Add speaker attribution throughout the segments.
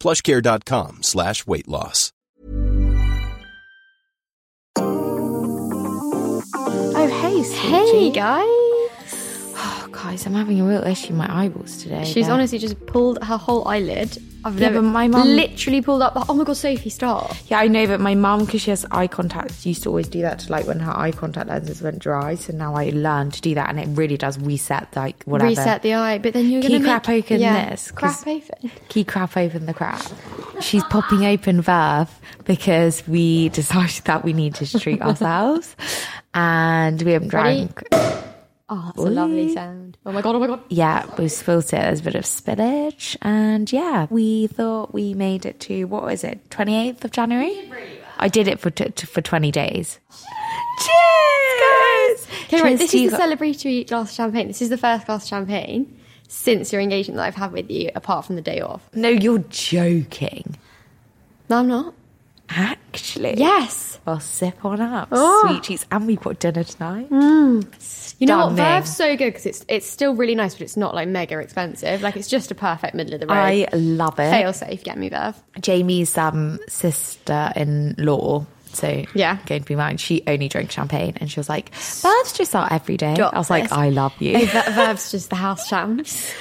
Speaker 1: Plushcare.com slash weight loss.
Speaker 2: Oh, hey,
Speaker 3: Hey
Speaker 2: Sweetie.
Speaker 3: guys!
Speaker 2: Oh, guys, I'm having a real issue with my eyeballs today.
Speaker 3: She's
Speaker 2: They're-
Speaker 3: honestly just pulled her whole eyelid. I've
Speaker 2: Yeah,
Speaker 3: never.
Speaker 2: but my mum-
Speaker 3: literally pulled up. Oh my god, Sophie, stop!
Speaker 2: Yeah, I know, but my mum, because she has eye contacts, used to always do that to like when her eye contact lenses went dry. So now I learned to do that, and it really does reset like whatever.
Speaker 3: Reset the eye, but then you're
Speaker 2: Key
Speaker 3: gonna
Speaker 2: crap
Speaker 3: make,
Speaker 2: open
Speaker 3: yeah,
Speaker 2: this. 'cause-
Speaker 3: Crap open.
Speaker 2: Key crap open the crap. She's popping open Verve because we decided that we needed to treat ourselves, and we haven't
Speaker 3: Ready?
Speaker 2: drank.
Speaker 3: Oh, that's a lovely sound. Oh my god! Oh my god!
Speaker 2: Yeah, we spilt it. There's a bit of spillage, and yeah, we thought we made it to what was it, 28th of January? I did it for t- t- for 20 days. Cheers, guys!
Speaker 3: Okay, right. This
Speaker 2: to
Speaker 3: is
Speaker 2: you
Speaker 3: the
Speaker 2: guys.
Speaker 3: celebratory glass of champagne. This is the first glass of champagne since your engagement that I've had with you, apart from the day off.
Speaker 2: No, you're joking.
Speaker 3: No, I'm not.
Speaker 2: Actually,
Speaker 3: Yes.
Speaker 2: Well, sip on up,
Speaker 3: Oh. Mm.
Speaker 2: sweet cheeks, and we've got dinner tonight.
Speaker 3: You know what?
Speaker 2: Stunning.
Speaker 3: Verve's so good because it's it's still really nice, but it's not like mega expensive. Like it's just a perfect middle of the road.
Speaker 2: I love it.
Speaker 3: Fail safe. Get me Verve.
Speaker 2: Jamie's um, sister-in-law. So
Speaker 3: Yeah.
Speaker 2: going to be mine. She only drank champagne, and she was like, "Birds just are every day."
Speaker 3: Drop
Speaker 2: I was like,
Speaker 3: this.
Speaker 2: "I love you."
Speaker 3: No, Ver- Verve's just the house champs.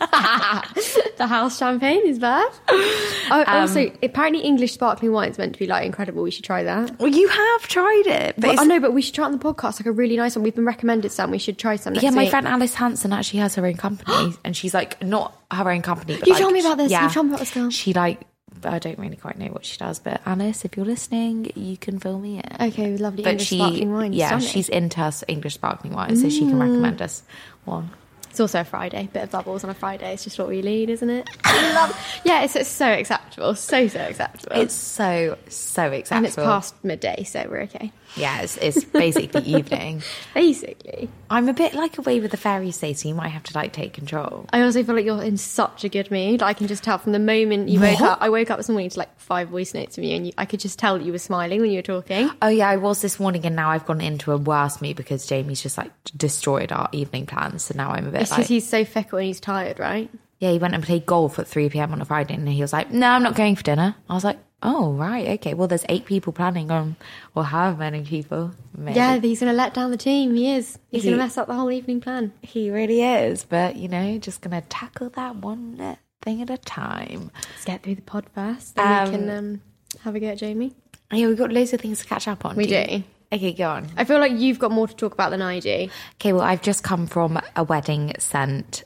Speaker 3: the house champagne is Verve. Oh,
Speaker 2: Um,
Speaker 3: also, apparently English sparkling wine is meant to be like incredible. We should try that.
Speaker 2: Well, you have tried it, but
Speaker 3: Well,
Speaker 2: it's-
Speaker 3: I know, but we should try it on the podcast. Like a really nice one. We've been recommended some. We should try some. Next
Speaker 2: yeah, my
Speaker 3: week.
Speaker 2: friend Alice Hansen actually has her own company, and she's like not her own company. But
Speaker 3: You
Speaker 2: like,
Speaker 3: told me about this. You
Speaker 2: Yeah,
Speaker 3: told me about this girl.
Speaker 2: She like I don't really quite know what she does, but Alice, if you're listening, you can fill me in.
Speaker 3: Okay, with lovely
Speaker 2: But
Speaker 3: English
Speaker 2: she,
Speaker 3: sparkling wine.
Speaker 2: yeah,
Speaker 3: Stunning. Mm.
Speaker 2: she's into us English sparkling wine, so she can recommend us one.
Speaker 3: It's also a Friday. Bit of bubbles on a Friday. It's just what we need, isn't it? I love. Yeah, it's, it's so acceptable. So so acceptable.
Speaker 2: It's so so acceptable.
Speaker 3: and it's past midday, so we're okay.
Speaker 2: Yeah, it's, it's basically evening.
Speaker 3: Basically,
Speaker 2: I'm a bit like away with the fairies, Stacey. you might have to like take control.
Speaker 3: I also feel like you're in such a good mood. I can just tell from the moment you woke
Speaker 2: What?
Speaker 3: up. I woke up this morning to like five voice notes from you, and you, I could just tell that you were smiling when you were talking.
Speaker 2: Oh yeah, I was this morning, and now I've gone into a worse mood because Jamie's just like destroyed our evening plans. So now I'm a bit
Speaker 3: It's
Speaker 2: like,
Speaker 3: because he's so fickle and he's tired, right?
Speaker 2: yeah, he went and played golf at three pm on a Friday, and he was like, no, I'm not going for dinner. I was like, oh right, okay. Well, there's eight people planning on, or however many people. Maybe.
Speaker 3: Yeah, he's going to let down the team. He is. He's going
Speaker 2: He-
Speaker 3: to mess up the whole evening plan.
Speaker 2: he really is. But you know, just gonna tackle that one uh, thing at a time.
Speaker 3: Let's get through the pod first, then we can um, have a go at Jamie.
Speaker 2: Yeah, we've got loads of things to catch up on.
Speaker 3: We
Speaker 2: you-
Speaker 3: do.
Speaker 2: Okay, go on.
Speaker 3: I feel like you've got more to talk about than I do.
Speaker 2: Okay, well, I've just come from a wedding scent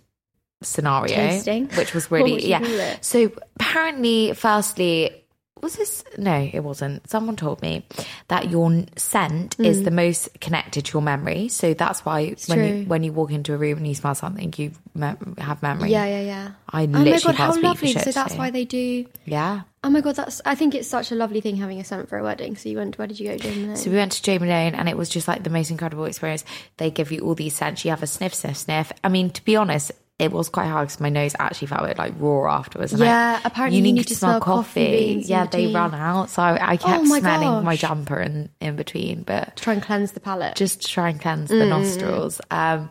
Speaker 2: scenario,
Speaker 3: Tasting?
Speaker 2: which was
Speaker 3: What
Speaker 2: really
Speaker 3: would you
Speaker 2: yeah.
Speaker 3: call it?
Speaker 2: So apparently, firstly, was this no? It wasn't. Someone told me that your n- scent is the most connected to your memory, so that's why when
Speaker 3: Mm. true.
Speaker 2: you when you walk into a room and you smell something, you mem have memory.
Speaker 3: Yeah, yeah, yeah.
Speaker 2: I
Speaker 3: oh my
Speaker 2: literally
Speaker 3: god,
Speaker 2: can't
Speaker 3: how
Speaker 2: speak for
Speaker 3: lovely!
Speaker 2: shit
Speaker 3: So that's
Speaker 2: today.
Speaker 3: why they do.
Speaker 2: yeah.
Speaker 3: Oh my god, that's. I think it's such a lovely thing having a scent for a wedding. So you went. Where did you go, Jamie?
Speaker 2: So we went to Jay Malone and it was just like the most incredible experience. They give you all these scents. You have a sniff, sniff, sniff. I mean, to be honest, it was quite hard because my nose actually felt it like raw afterwards. And
Speaker 3: Yeah,
Speaker 2: I,
Speaker 3: apparently you need to smell coffee beans in
Speaker 2: yeah, they
Speaker 3: between.
Speaker 2: run out. So I, I kept
Speaker 3: my
Speaker 2: smelling my
Speaker 3: gosh.
Speaker 2: jumper in, in between, but
Speaker 3: Try and cleanse the palate.
Speaker 2: just to try and cleanse
Speaker 3: Mm,
Speaker 2: the nostrils. Um,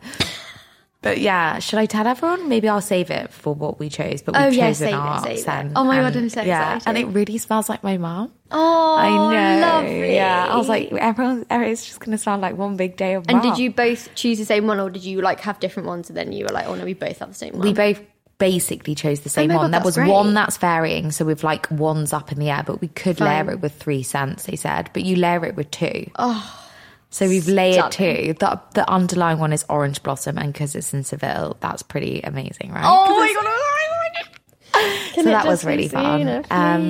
Speaker 2: but yeah, should I tell everyone? Maybe I'll save it for what we chose. But we've
Speaker 3: Oh, yeah,
Speaker 2: chosen
Speaker 3: save it,
Speaker 2: our
Speaker 3: save it.
Speaker 2: scent.
Speaker 3: Oh my God,
Speaker 2: and-
Speaker 3: I'm so
Speaker 2: yeah,
Speaker 3: excited.
Speaker 2: And it really smells like my mum.
Speaker 3: oh,
Speaker 2: I know.
Speaker 3: Lovely.
Speaker 2: Yeah, I was like, everyone, it's just going to sound like one big day of.
Speaker 3: And
Speaker 2: wow.
Speaker 3: did you both choose the same one, or did you like have different ones, and then you were like, "Oh no, we both have the same one."
Speaker 2: We both basically chose the same
Speaker 3: Oh my
Speaker 2: one.
Speaker 3: God,
Speaker 2: there was
Speaker 3: that's great.
Speaker 2: one that's varying, so we've like ones up in the air, but we could layer
Speaker 3: Fine.
Speaker 2: it with three cents. They said, but you layer it with two. Oh. So we've layered two.
Speaker 3: stunning.
Speaker 2: The, the underlying one is orange blossom, and because it's in Seville, that's pretty amazing, right?
Speaker 3: Oh, Can
Speaker 2: So
Speaker 3: it
Speaker 2: that was
Speaker 3: just be
Speaker 2: really fun.
Speaker 3: sooner,
Speaker 2: Um,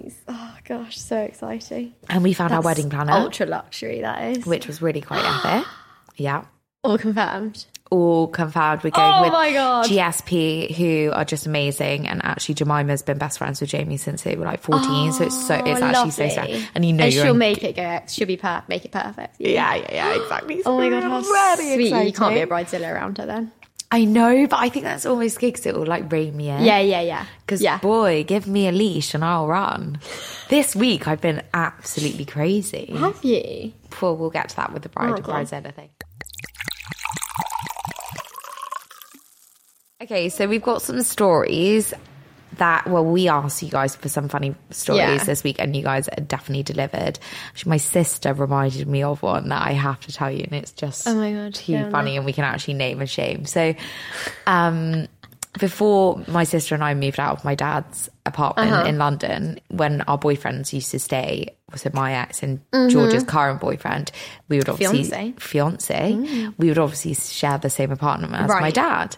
Speaker 3: please? oh gosh, so exciting.
Speaker 2: And we found our
Speaker 3: That's
Speaker 2: wedding planner,
Speaker 3: Ultra luxury that is.
Speaker 2: which was really quite epic. Yeah.
Speaker 3: all confirmed.
Speaker 2: all confound. We're going
Speaker 3: Oh
Speaker 2: with
Speaker 3: my God.
Speaker 2: GSP, who are just amazing. And actually, Jemima's been best friends with Jamie since they were like 14. so it's so, it's actually so
Speaker 3: Oh, lovely.
Speaker 2: sad. And you know,
Speaker 3: and
Speaker 2: you're
Speaker 3: she'll
Speaker 2: in-
Speaker 3: make it go. She'll be per- make it perfect.
Speaker 2: yeah, yeah, yeah, exactly.
Speaker 3: Oh my god, how sweet! You can't be a
Speaker 2: exciting.
Speaker 3: bridezilla around her then.
Speaker 2: I know, but I think that's almost good because it will like rein me in.
Speaker 3: Yeah, yeah, yeah.
Speaker 2: Because
Speaker 3: yeah,
Speaker 2: boy, give me a leash and I'll run. this week I've been absolutely crazy.
Speaker 3: have you?
Speaker 2: Well, we'll get to that with the bride
Speaker 3: Oh,
Speaker 2: and
Speaker 3: go
Speaker 2: bride's thing. Okay, so we've got some stories that well, we asked you guys for some funny stories
Speaker 3: Yeah.
Speaker 2: this week, and you guys definitely delivered. Actually, my sister reminded me of one that I have to tell you, and it's just
Speaker 3: Oh my God,
Speaker 2: too
Speaker 3: yeah, I know.
Speaker 2: funny, and we can actually name and shame. So, um, before my sister and I moved out of my dad's apartment
Speaker 3: Uh-huh.
Speaker 2: in London, when our boyfriends used to stay, so my ex and
Speaker 3: Mm-hmm.
Speaker 2: George's current boyfriend, we would obviously
Speaker 3: Fiancé.
Speaker 2: fiance, we would obviously share the same apartment as my
Speaker 3: Right.
Speaker 2: dad.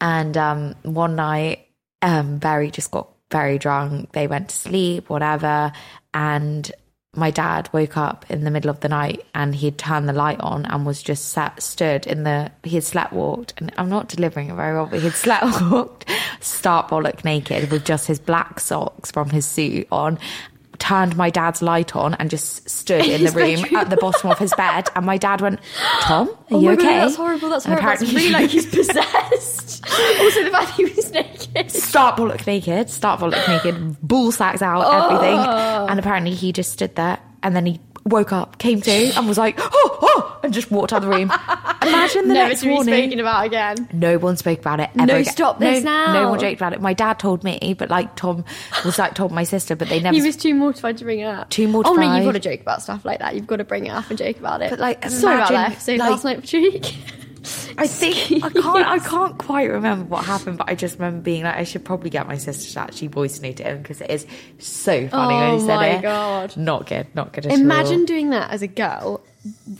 Speaker 2: And um, one night, um, Barry just got very drunk. They went to sleep, whatever. And my dad woke up in the middle of the night and he'd turned the light on and was just sat, stood in the, he had slept walked. And I'm not delivering it very well, but he'd slept walked, stark bollock naked with just his black socks from his suit on. Turned my dad's light on and just stood in the
Speaker 3: His
Speaker 2: room
Speaker 3: bedroom.
Speaker 2: at the bottom of his bed. And my dad went, Tom, are
Speaker 3: Oh
Speaker 2: you
Speaker 3: my
Speaker 2: okay?
Speaker 3: god, that's horrible. That's
Speaker 2: And
Speaker 3: horrible. That's
Speaker 2: apparently-
Speaker 3: really like he's possessed. also, the fact he was naked.
Speaker 2: start bollock naked, start bollock naked, bull sacks out,
Speaker 3: Oh.
Speaker 2: everything. And apparently he just stood there and then he woke up, came to, and was like, oh, oh, and just walked out of the room. Imagine the
Speaker 3: Never
Speaker 2: next
Speaker 3: to be
Speaker 2: morning.
Speaker 3: spoken about again.
Speaker 2: No one spoke about it ever.
Speaker 3: No,
Speaker 2: again.
Speaker 3: stop this
Speaker 2: no,
Speaker 3: now.
Speaker 2: No one joked about it. My dad told me, but like Tom was like told my sister, but they never.
Speaker 3: He was too mortified to bring it up.
Speaker 2: Too
Speaker 3: Oh no,
Speaker 2: mortified.
Speaker 3: you've got to joke about stuff like that. You've got to bring it up and joke about it.
Speaker 2: But, like,
Speaker 3: sorry about
Speaker 2: imagine,
Speaker 3: that. So
Speaker 2: like-
Speaker 3: last night for cheek.
Speaker 2: I think I can't. I can't quite remember what happened, but I just remember being like, I should probably get my sister to actually voice note it because it is so funny when
Speaker 3: Oh
Speaker 2: he said
Speaker 3: my
Speaker 2: it.
Speaker 3: God.
Speaker 2: Not good. Not good at all.
Speaker 3: Imagine doing that as a girl,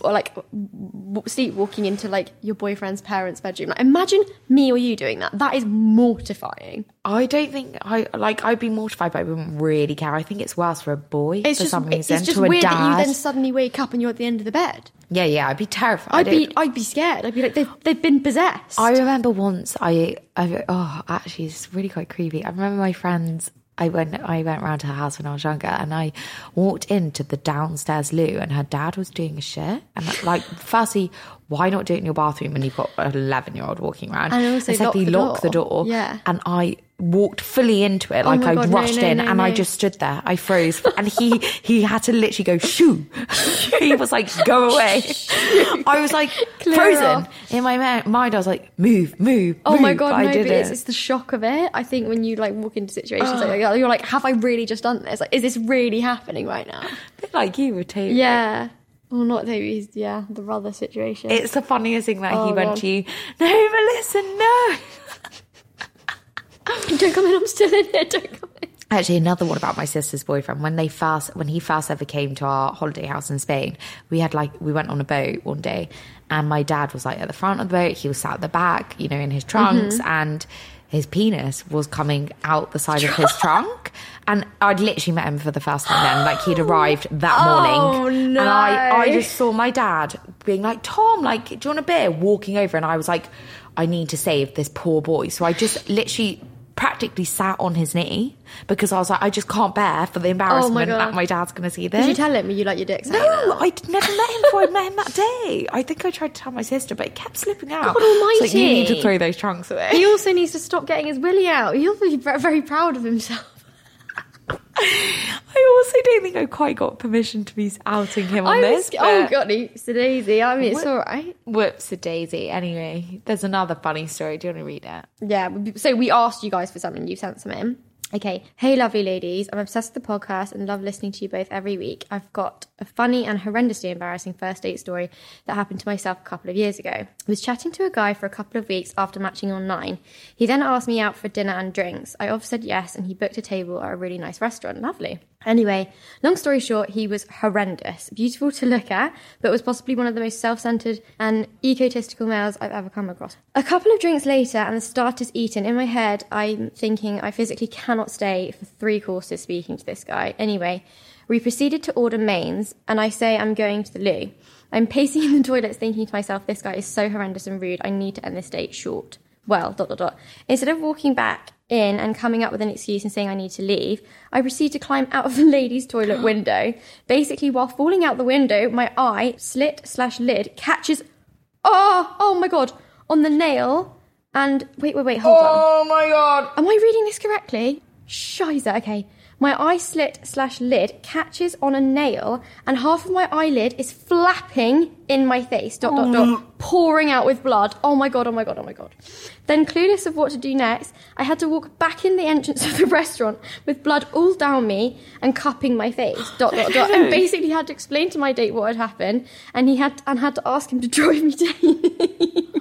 Speaker 3: or like w- sleepwalking into like your boyfriend's parents' bedroom. Like, imagine me or you doing that. That is mortifying.
Speaker 2: I don't think I like. I'd be mortified, but I wouldn't really care. I think it's worse for a boy
Speaker 3: It's
Speaker 2: for
Speaker 3: just
Speaker 2: some reason
Speaker 3: it's just
Speaker 2: to a
Speaker 3: weird
Speaker 2: dad.
Speaker 3: that you then suddenly wake up and you're at the end of the bed.
Speaker 2: yeah, yeah, I'd be terrified.
Speaker 3: I'd be I'd be scared. I'd be like they've they've been possessed.
Speaker 2: I remember once I, I oh actually it's really quite creepy. I remember my friends. I went I went round to her house when I was younger, and I walked into the downstairs loo, and her dad was doing a shit. And like, firstly, why not do it in your bathroom when you've got an eleven year old walking around?
Speaker 3: And also
Speaker 2: secondly,
Speaker 3: lock the
Speaker 2: lock
Speaker 3: door.
Speaker 2: the door.
Speaker 3: Yeah. Oh
Speaker 2: and I walked fully into it, like
Speaker 3: my
Speaker 2: I
Speaker 3: God, no,
Speaker 2: rushed
Speaker 3: no,
Speaker 2: in,
Speaker 3: no,
Speaker 2: and I
Speaker 3: no.
Speaker 2: just stood there. I froze, and he he had to literally go shoo. he was like, "Go away." I was like
Speaker 3: Clear
Speaker 2: frozen
Speaker 3: off.
Speaker 2: in my ma- mind. I was like, "Move, move."
Speaker 3: Oh my
Speaker 2: move.
Speaker 3: god,
Speaker 2: I
Speaker 3: no!
Speaker 2: did
Speaker 3: But it's,
Speaker 2: it. Ah.
Speaker 3: it's the shock of it. I think when you like walk into situations like that, you're like, "Have I really just done this? Like, is this really happening right now?"
Speaker 2: A bit like you were too.
Speaker 3: Yeah. Well, not Davies. Yeah, the brother situation.
Speaker 2: It's the funniest thing that he
Speaker 3: Oh,
Speaker 2: went
Speaker 3: God.
Speaker 2: to you. No, Melissa, no.
Speaker 3: don't come in. I'm still in here. Don't come in.
Speaker 2: Actually, another one about my sister's boyfriend. When they first, when he first ever came to our holiday house in Spain, we had like we went on a boat one day, and my dad was like at the front of the boat. He was sat at the back, you know, in his trunks, and his penis was coming out the side of his trunk. And I'd literally met him for the first time then. Like he'd arrived that morning,
Speaker 3: no.
Speaker 2: and I I just saw my dad being like, "Tom, like, do you want a beer?" Walking over, and I was like, "I need to save this poor boy." So I just literally practically sat on his knee because I was like, "I just can't bear for the embarrassment
Speaker 3: Oh God.
Speaker 2: that my dad's going to see this."
Speaker 3: Did you tell him you like your dick's out
Speaker 2: Eh? no,
Speaker 3: now?
Speaker 2: I never met him before I met him that day. I think I tried to tell my sister, but it kept slipping out.
Speaker 3: Oh God
Speaker 2: It's like, you need to
Speaker 3: almighty.
Speaker 2: throw those trunks away.
Speaker 3: He also needs to stop getting his willy out. He'll be ve- very proud of himself.
Speaker 2: I also don't think I quite got permission to be outing him on
Speaker 3: I
Speaker 2: this.
Speaker 3: was, oh
Speaker 2: but-
Speaker 3: god, he's a daisy. I mean, it's
Speaker 2: What?
Speaker 3: all right.
Speaker 2: Whoops, a daisy. Anyway, there's another funny story. Do you want to read it?
Speaker 3: Yeah. So we asked you guys for something. You sent some in. Okay. Hey, lovely ladies. I'm obsessed with the podcast and love listening to you both every week. I've got a funny and horrendously embarrassing first date story that happened to myself a couple of years ago. I was chatting to a guy for a couple of weeks after matching online. He then asked me out for dinner and drinks. I obviously said yes, and he booked a table at a really nice restaurant. Lovely. Anyway, long story short, he was horrendous, beautiful to look at, but was possibly one of the most self centered and egotistical males I've ever come across. A couple of drinks later, and the starter's eaten. In my head, I'm thinking I physically cannot stay for three courses speaking to this guy. Anyway, we proceeded to order mains, and I say I'm going to the loo. I'm pacing in the toilets, thinking to myself, this guy is so horrendous and rude, I need to end this date short. Well, dot dot dot. Instead of walking back in and coming up with an excuse and saying I need to leave, I proceed to climb out of the ladies' toilet window. Basically, while falling out the window, my eye slit slash lid catches. Oh, oh my god! On the nail and wait, wait, wait, hold on.
Speaker 2: Oh my god!
Speaker 3: Am I reading this correctly? Shiza, okay. My eye slit slash lid catches on a nail, and half of my eyelid is flapping in my face, dot, dot, dot, pouring out with blood. Oh my god, oh my god, oh my god. Then, clueless of what to do next, I had to walk back in the entrance of the restaurant with blood all down me and cupping my face, dot, dot, dot. And basically had to explain to my date what had happened, and he had and had to ask him to drive me to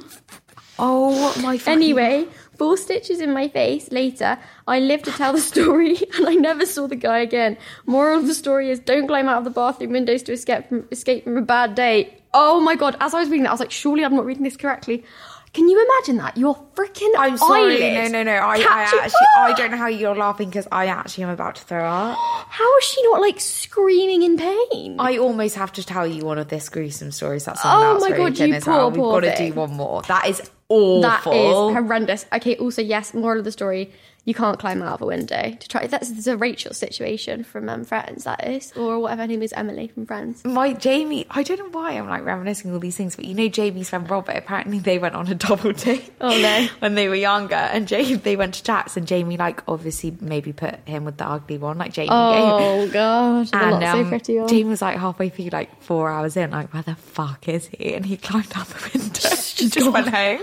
Speaker 4: Oh my. fucking-
Speaker 3: Anyway, four stitches in my face later, I live to tell the story and I never saw the guy again. Moral of the story is don't climb out of the bathroom windows to escape from, escape from a bad date. Oh my god, as I was reading that, I was like, surely I'm not reading this correctly. Can you imagine that? Your freaking
Speaker 2: I'm sorry.
Speaker 3: eyelid
Speaker 2: No, no, no. I, I
Speaker 3: catching-
Speaker 2: actually, I don't know how you're laughing because I actually am about to throw up.
Speaker 3: How is she not like screaming in pain?
Speaker 2: I almost have to tell you one of this gruesome stories that
Speaker 3: Oh
Speaker 2: someone else wrote
Speaker 3: my God,
Speaker 2: in
Speaker 3: you
Speaker 2: as well.
Speaker 3: poor,
Speaker 2: We've
Speaker 3: poor
Speaker 2: got to
Speaker 3: thing.
Speaker 2: do one more. That is awful.
Speaker 3: That is horrendous. Okay, also, yes, moral of the story, you can't climb out of a window to try. That's, that's a Rachel situation from um, Friends, that is, or whatever her name is, Emily from Friends.
Speaker 2: my Jamie, I don't know why I'm like reminiscing all these things, but you know Jamie's friend Robert. Apparently, they went on a double date.
Speaker 3: Oh, no.
Speaker 2: when they were younger, and Jamie they went to Jack's, and Jamie like obviously maybe put him with the ugly one, like Jamie. gave.
Speaker 3: Oh god, they're
Speaker 2: And
Speaker 3: not so
Speaker 2: um,
Speaker 3: pretty. are
Speaker 2: Jamie was like halfway through, like four hours in, like where the fuck is he? And he climbed out the window. She just went home.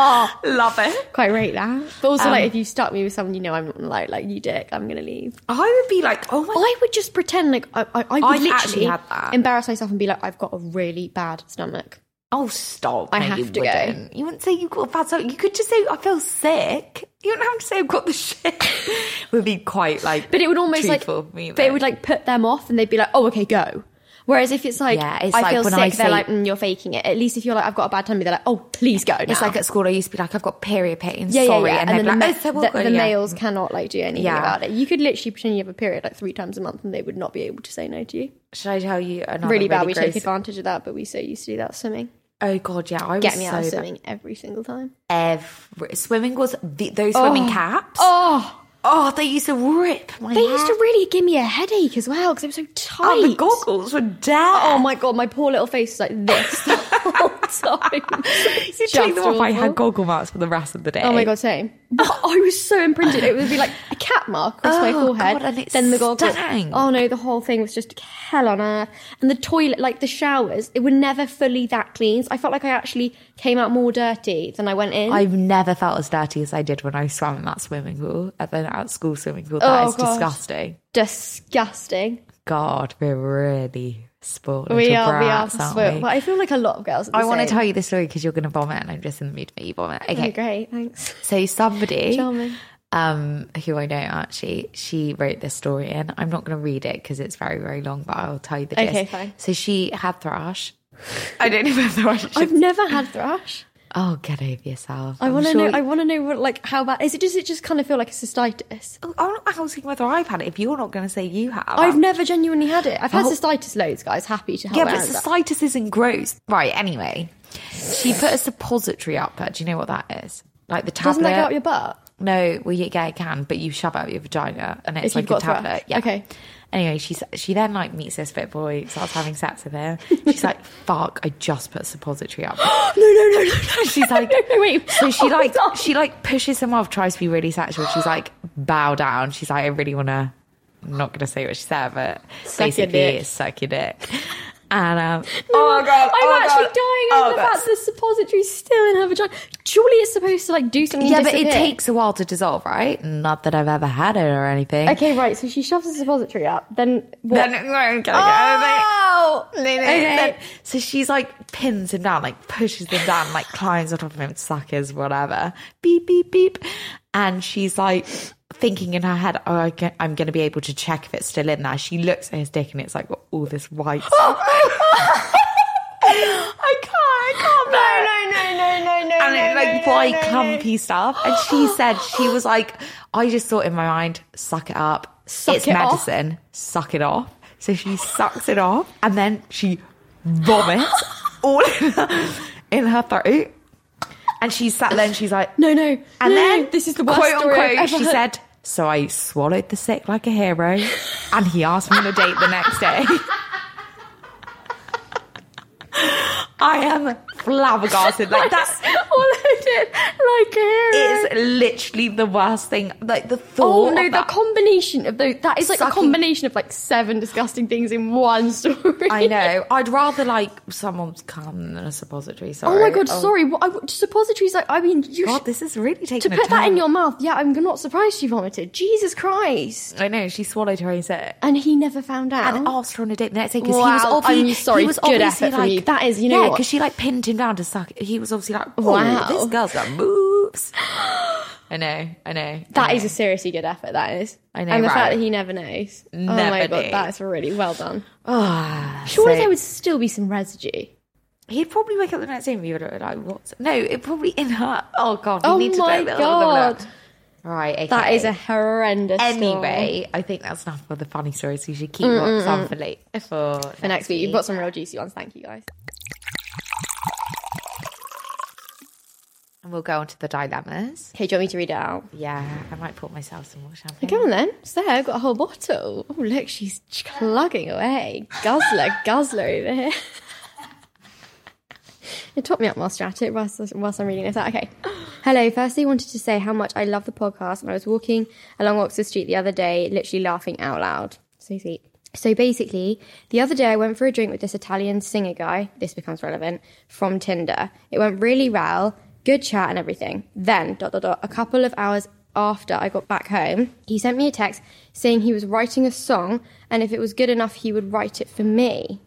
Speaker 2: Love it.
Speaker 3: they? Quite rate that. Um, But also, like, if you stuck me with someone you know, I'm not like, like you dick, I'm gonna leave.
Speaker 2: I would be like, oh my
Speaker 3: I would just pretend like I, I, I
Speaker 2: I've
Speaker 3: would
Speaker 2: actually
Speaker 3: literally
Speaker 2: had that.
Speaker 3: embarrass myself and be like, I've got a really bad stomach.
Speaker 2: Oh, stop.
Speaker 3: I
Speaker 2: No,
Speaker 3: have
Speaker 2: you
Speaker 3: to go.
Speaker 2: wouldn't. You wouldn't say you've got a bad stomach. You could just say, I feel sick. You don't have to say I've got the shit. would be quite like.
Speaker 3: But it would almost like,
Speaker 2: truthful of me,
Speaker 3: but it would like put them off, and they'd be like, oh, okay, go. Whereas if it's like,
Speaker 2: Yeah, it's
Speaker 3: I
Speaker 2: like
Speaker 3: feel
Speaker 2: when
Speaker 3: sick,
Speaker 2: I
Speaker 3: they're
Speaker 2: say-
Speaker 3: like, mm, you're faking it. At least if you're like, I've got a bad tummy, they're like, oh, please go.
Speaker 2: It's
Speaker 3: now.
Speaker 2: like at school, I used to be like, I've got period pain.
Speaker 3: yeah, yeah,
Speaker 2: sorry.
Speaker 3: yeah.
Speaker 2: And, then
Speaker 3: the,
Speaker 2: like,
Speaker 3: ma-
Speaker 2: oh, so we'll
Speaker 3: the-
Speaker 2: go,
Speaker 3: the
Speaker 2: yeah.
Speaker 3: males cannot like do anything
Speaker 2: Yeah.
Speaker 3: about it. You could literally pretend you have a period like three times a month, and they would not be able to say no to you.
Speaker 2: Should I tell you another
Speaker 3: really bad. we
Speaker 2: gross-
Speaker 3: take advantage of that, but we so used to do that swimming.
Speaker 2: Oh, God, yeah. I was
Speaker 3: Get me out of
Speaker 2: so bad.
Speaker 3: swimming every single time.
Speaker 2: Every- Swimming was. The, those swimming caps. Oh.
Speaker 3: Oh,
Speaker 2: they used to rip my
Speaker 3: they used to really give me a headache as well because it was so tight.
Speaker 2: Oh, the goggles were down.
Speaker 3: Oh my god, my poor little face is like this the whole time. It's
Speaker 2: You take
Speaker 3: just
Speaker 2: them off. I
Speaker 3: awful.
Speaker 2: had goggle marks for the rest of the day.
Speaker 3: Oh my god, same. I was so imprinted. It would be like a cat mark across my
Speaker 2: Oh,
Speaker 3: forehead.
Speaker 2: God, and it
Speaker 3: then the goggles.
Speaker 2: stank.
Speaker 3: Oh no, the whole thing was just hell on earth. And the toilet, like the showers, it were never fully that clean. So I felt like I actually came out more dirty than I went in.
Speaker 2: I've never felt as dirty as I did when I swam in that swimming pool at the at school swimming pool. That
Speaker 3: Oh,
Speaker 2: is
Speaker 3: gosh.
Speaker 2: disgusting.
Speaker 3: Disgusting.
Speaker 2: God, we're really spoiled.
Speaker 3: We
Speaker 2: little
Speaker 3: are, we are
Speaker 2: brats,
Speaker 3: for
Speaker 2: aren't
Speaker 3: swim.
Speaker 2: we?
Speaker 3: But I feel like a lot of girls. Are the
Speaker 2: I want to
Speaker 3: same.
Speaker 2: tell you this story because you're going to vomit, and I'm just in the mood to make you vomit. Okay,
Speaker 3: Okay, great, thanks.
Speaker 2: so somebody
Speaker 3: Charming.
Speaker 2: um, who I know actually, she wrote this story in. I'm not going to read it because it's very, very long, but I'll tell you the gist.
Speaker 3: Okay, fine.
Speaker 2: So she had thrush. I don't know if thrush.
Speaker 3: I've never had thrush.
Speaker 2: Oh, get over yourself.
Speaker 3: I
Speaker 2: I'm
Speaker 3: want to
Speaker 2: sure
Speaker 3: know. I want to know what, like, how bad is it? Does it just kind of feel like a cystitis?
Speaker 2: Oh, I'm not asking whether I've had it. If you're not going to say you have,
Speaker 3: I've never genuinely had it. I've had
Speaker 2: Oh.
Speaker 3: cystitis loads, guys. Happy to help.
Speaker 2: Yeah, but
Speaker 3: out.
Speaker 2: cystitis isn't gross. Right, anyway. She put a suppository up her. Do you know what that is? Like the tablet.
Speaker 3: doesn't that go up your butt?
Speaker 2: No, well, yeah, yeah, it can, but you shove out your vagina and it's
Speaker 3: If
Speaker 2: like
Speaker 3: you've
Speaker 2: a
Speaker 3: got thrush.
Speaker 2: tablet. Yeah.
Speaker 3: Okay.
Speaker 2: Anyway, she she then like meets this fit boy, starts having sex with him. She's like, "Fuck! I just put a suppository up."
Speaker 3: No, no, no, no, no.
Speaker 2: She's like,
Speaker 3: no, no, wait.
Speaker 2: So she
Speaker 3: Oh,
Speaker 2: like
Speaker 3: stop.
Speaker 2: she like pushes him off, tries to be really sexual. She's like, bow down. She's like, I really wanna. I'm not gonna say what she said, but
Speaker 3: Suck your
Speaker 2: basically,
Speaker 3: dick.
Speaker 2: it's suck your dick. And um,
Speaker 3: Oh,
Speaker 2: Oh
Speaker 3: I'm actually dying over the fact that the suppository's still in her vagina. Surely it's supposed to like do something.
Speaker 2: yeah,
Speaker 3: and
Speaker 2: but it
Speaker 3: disappear.
Speaker 2: takes a while to dissolve, right? Not that I've ever had it or anything.
Speaker 3: Okay, right. So she shoves the suppository up. Then what?
Speaker 2: Then, I'm gonna
Speaker 3: Oh!
Speaker 2: go over. No, no,
Speaker 3: Okay.
Speaker 2: then- so she's like pins him down, like pushes him down, like climbs on top of him, suckers, whatever. Beep, beep, beep. And she's like thinking in her head, oh, I can, I'm going to be able to check if it's still in there. She looks at his dick and it's like got all this white. I can't, I can't. bear it
Speaker 3: no, no, no,
Speaker 2: and it, like white clumpy stuff. And she said she was like, I just thought in my mind, suck it up. it's
Speaker 3: it off.
Speaker 2: medicine. Suck it off. So she sucks it off, and then she vomits all in her, in her throat. And she sat there and she's like,
Speaker 3: No, no.
Speaker 2: And
Speaker 3: no,
Speaker 2: then
Speaker 3: no, this is the worst
Speaker 2: quote
Speaker 3: story I've
Speaker 2: unquote.
Speaker 3: ever
Speaker 2: she
Speaker 3: heard.
Speaker 2: said. So I swallowed the sick like a hero, and he asked me on a date the next day. I am flabbergasted. Like that
Speaker 3: all I did, like a hero.
Speaker 2: is literally the worst thing. Like the
Speaker 3: Oh
Speaker 2: thought. of
Speaker 3: no, the
Speaker 2: that-
Speaker 3: combination of those that is like a
Speaker 2: Sucking-
Speaker 3: combination of like seven disgusting things in one story.
Speaker 2: I know. I'd rather like someone's cum than a suppository. Sorry.
Speaker 3: Oh my god, sorry. What, I, suppositories like I mean you
Speaker 2: God, this is really
Speaker 3: to
Speaker 2: taking a
Speaker 3: put that in
Speaker 2: turn.
Speaker 3: your mouth. Yeah, I'm not surprised she vomited. Jesus Christ.
Speaker 2: I know she swallowed her own sick.
Speaker 3: And he never found out.
Speaker 2: And asked her on a date the next day because he was
Speaker 3: Wow,
Speaker 2: obviously
Speaker 3: I'm sorry,
Speaker 2: he was
Speaker 3: good
Speaker 2: obviously
Speaker 3: effort from
Speaker 2: like
Speaker 3: you. That is, you know
Speaker 2: yeah
Speaker 3: what?
Speaker 2: because she like pinned him down to suck. He was obviously like wow
Speaker 3: Wow.
Speaker 2: this girl's got moves. I know I know
Speaker 3: that is a seriously good effort, that is.
Speaker 2: I know,
Speaker 3: And the
Speaker 2: right?
Speaker 3: fact that he never knows. oh
Speaker 2: Never
Speaker 3: my god,
Speaker 2: knew.
Speaker 3: that's really well done.
Speaker 2: Ah,
Speaker 3: Surely
Speaker 2: so-
Speaker 3: there would still be some residue.
Speaker 2: He'd probably wake up the next day and be like what no it probably in her oh god we
Speaker 3: Oh
Speaker 2: need to
Speaker 3: my
Speaker 2: blah, blah, blah, blah, blah.
Speaker 3: God.
Speaker 2: right okay.
Speaker 3: That is a horrendous story.
Speaker 2: Anyway, I think that's enough of the funny stories. We should keep up some for late for,
Speaker 3: For next week, you've got some real juicy ones. Thank you guys.
Speaker 2: and we'll go on to the dilemmas.
Speaker 3: Okay, do you want me to read it out?
Speaker 2: Yeah, I might pour myself some more champagne.
Speaker 3: Come on then. So I've got a whole bottle. Oh, look, she's clugging away. Guzzler, guzzler over here. It topped me up whilst you're at it, whilst, whilst I'm reading this out. Okay. Hello. Firstly, wanted to say how much I love the podcast. And I was walking along Oxford Street the other day, literally laughing out loud. So sweet. So basically, the other day I went for a drink with this Italian singer guy. This becomes relevant from Tinder. It went really well, good chat and everything. Then dot dot dot. A couple of hours after I got back home, he sent me a text saying he was writing a song and if it was good enough, he would write it for me.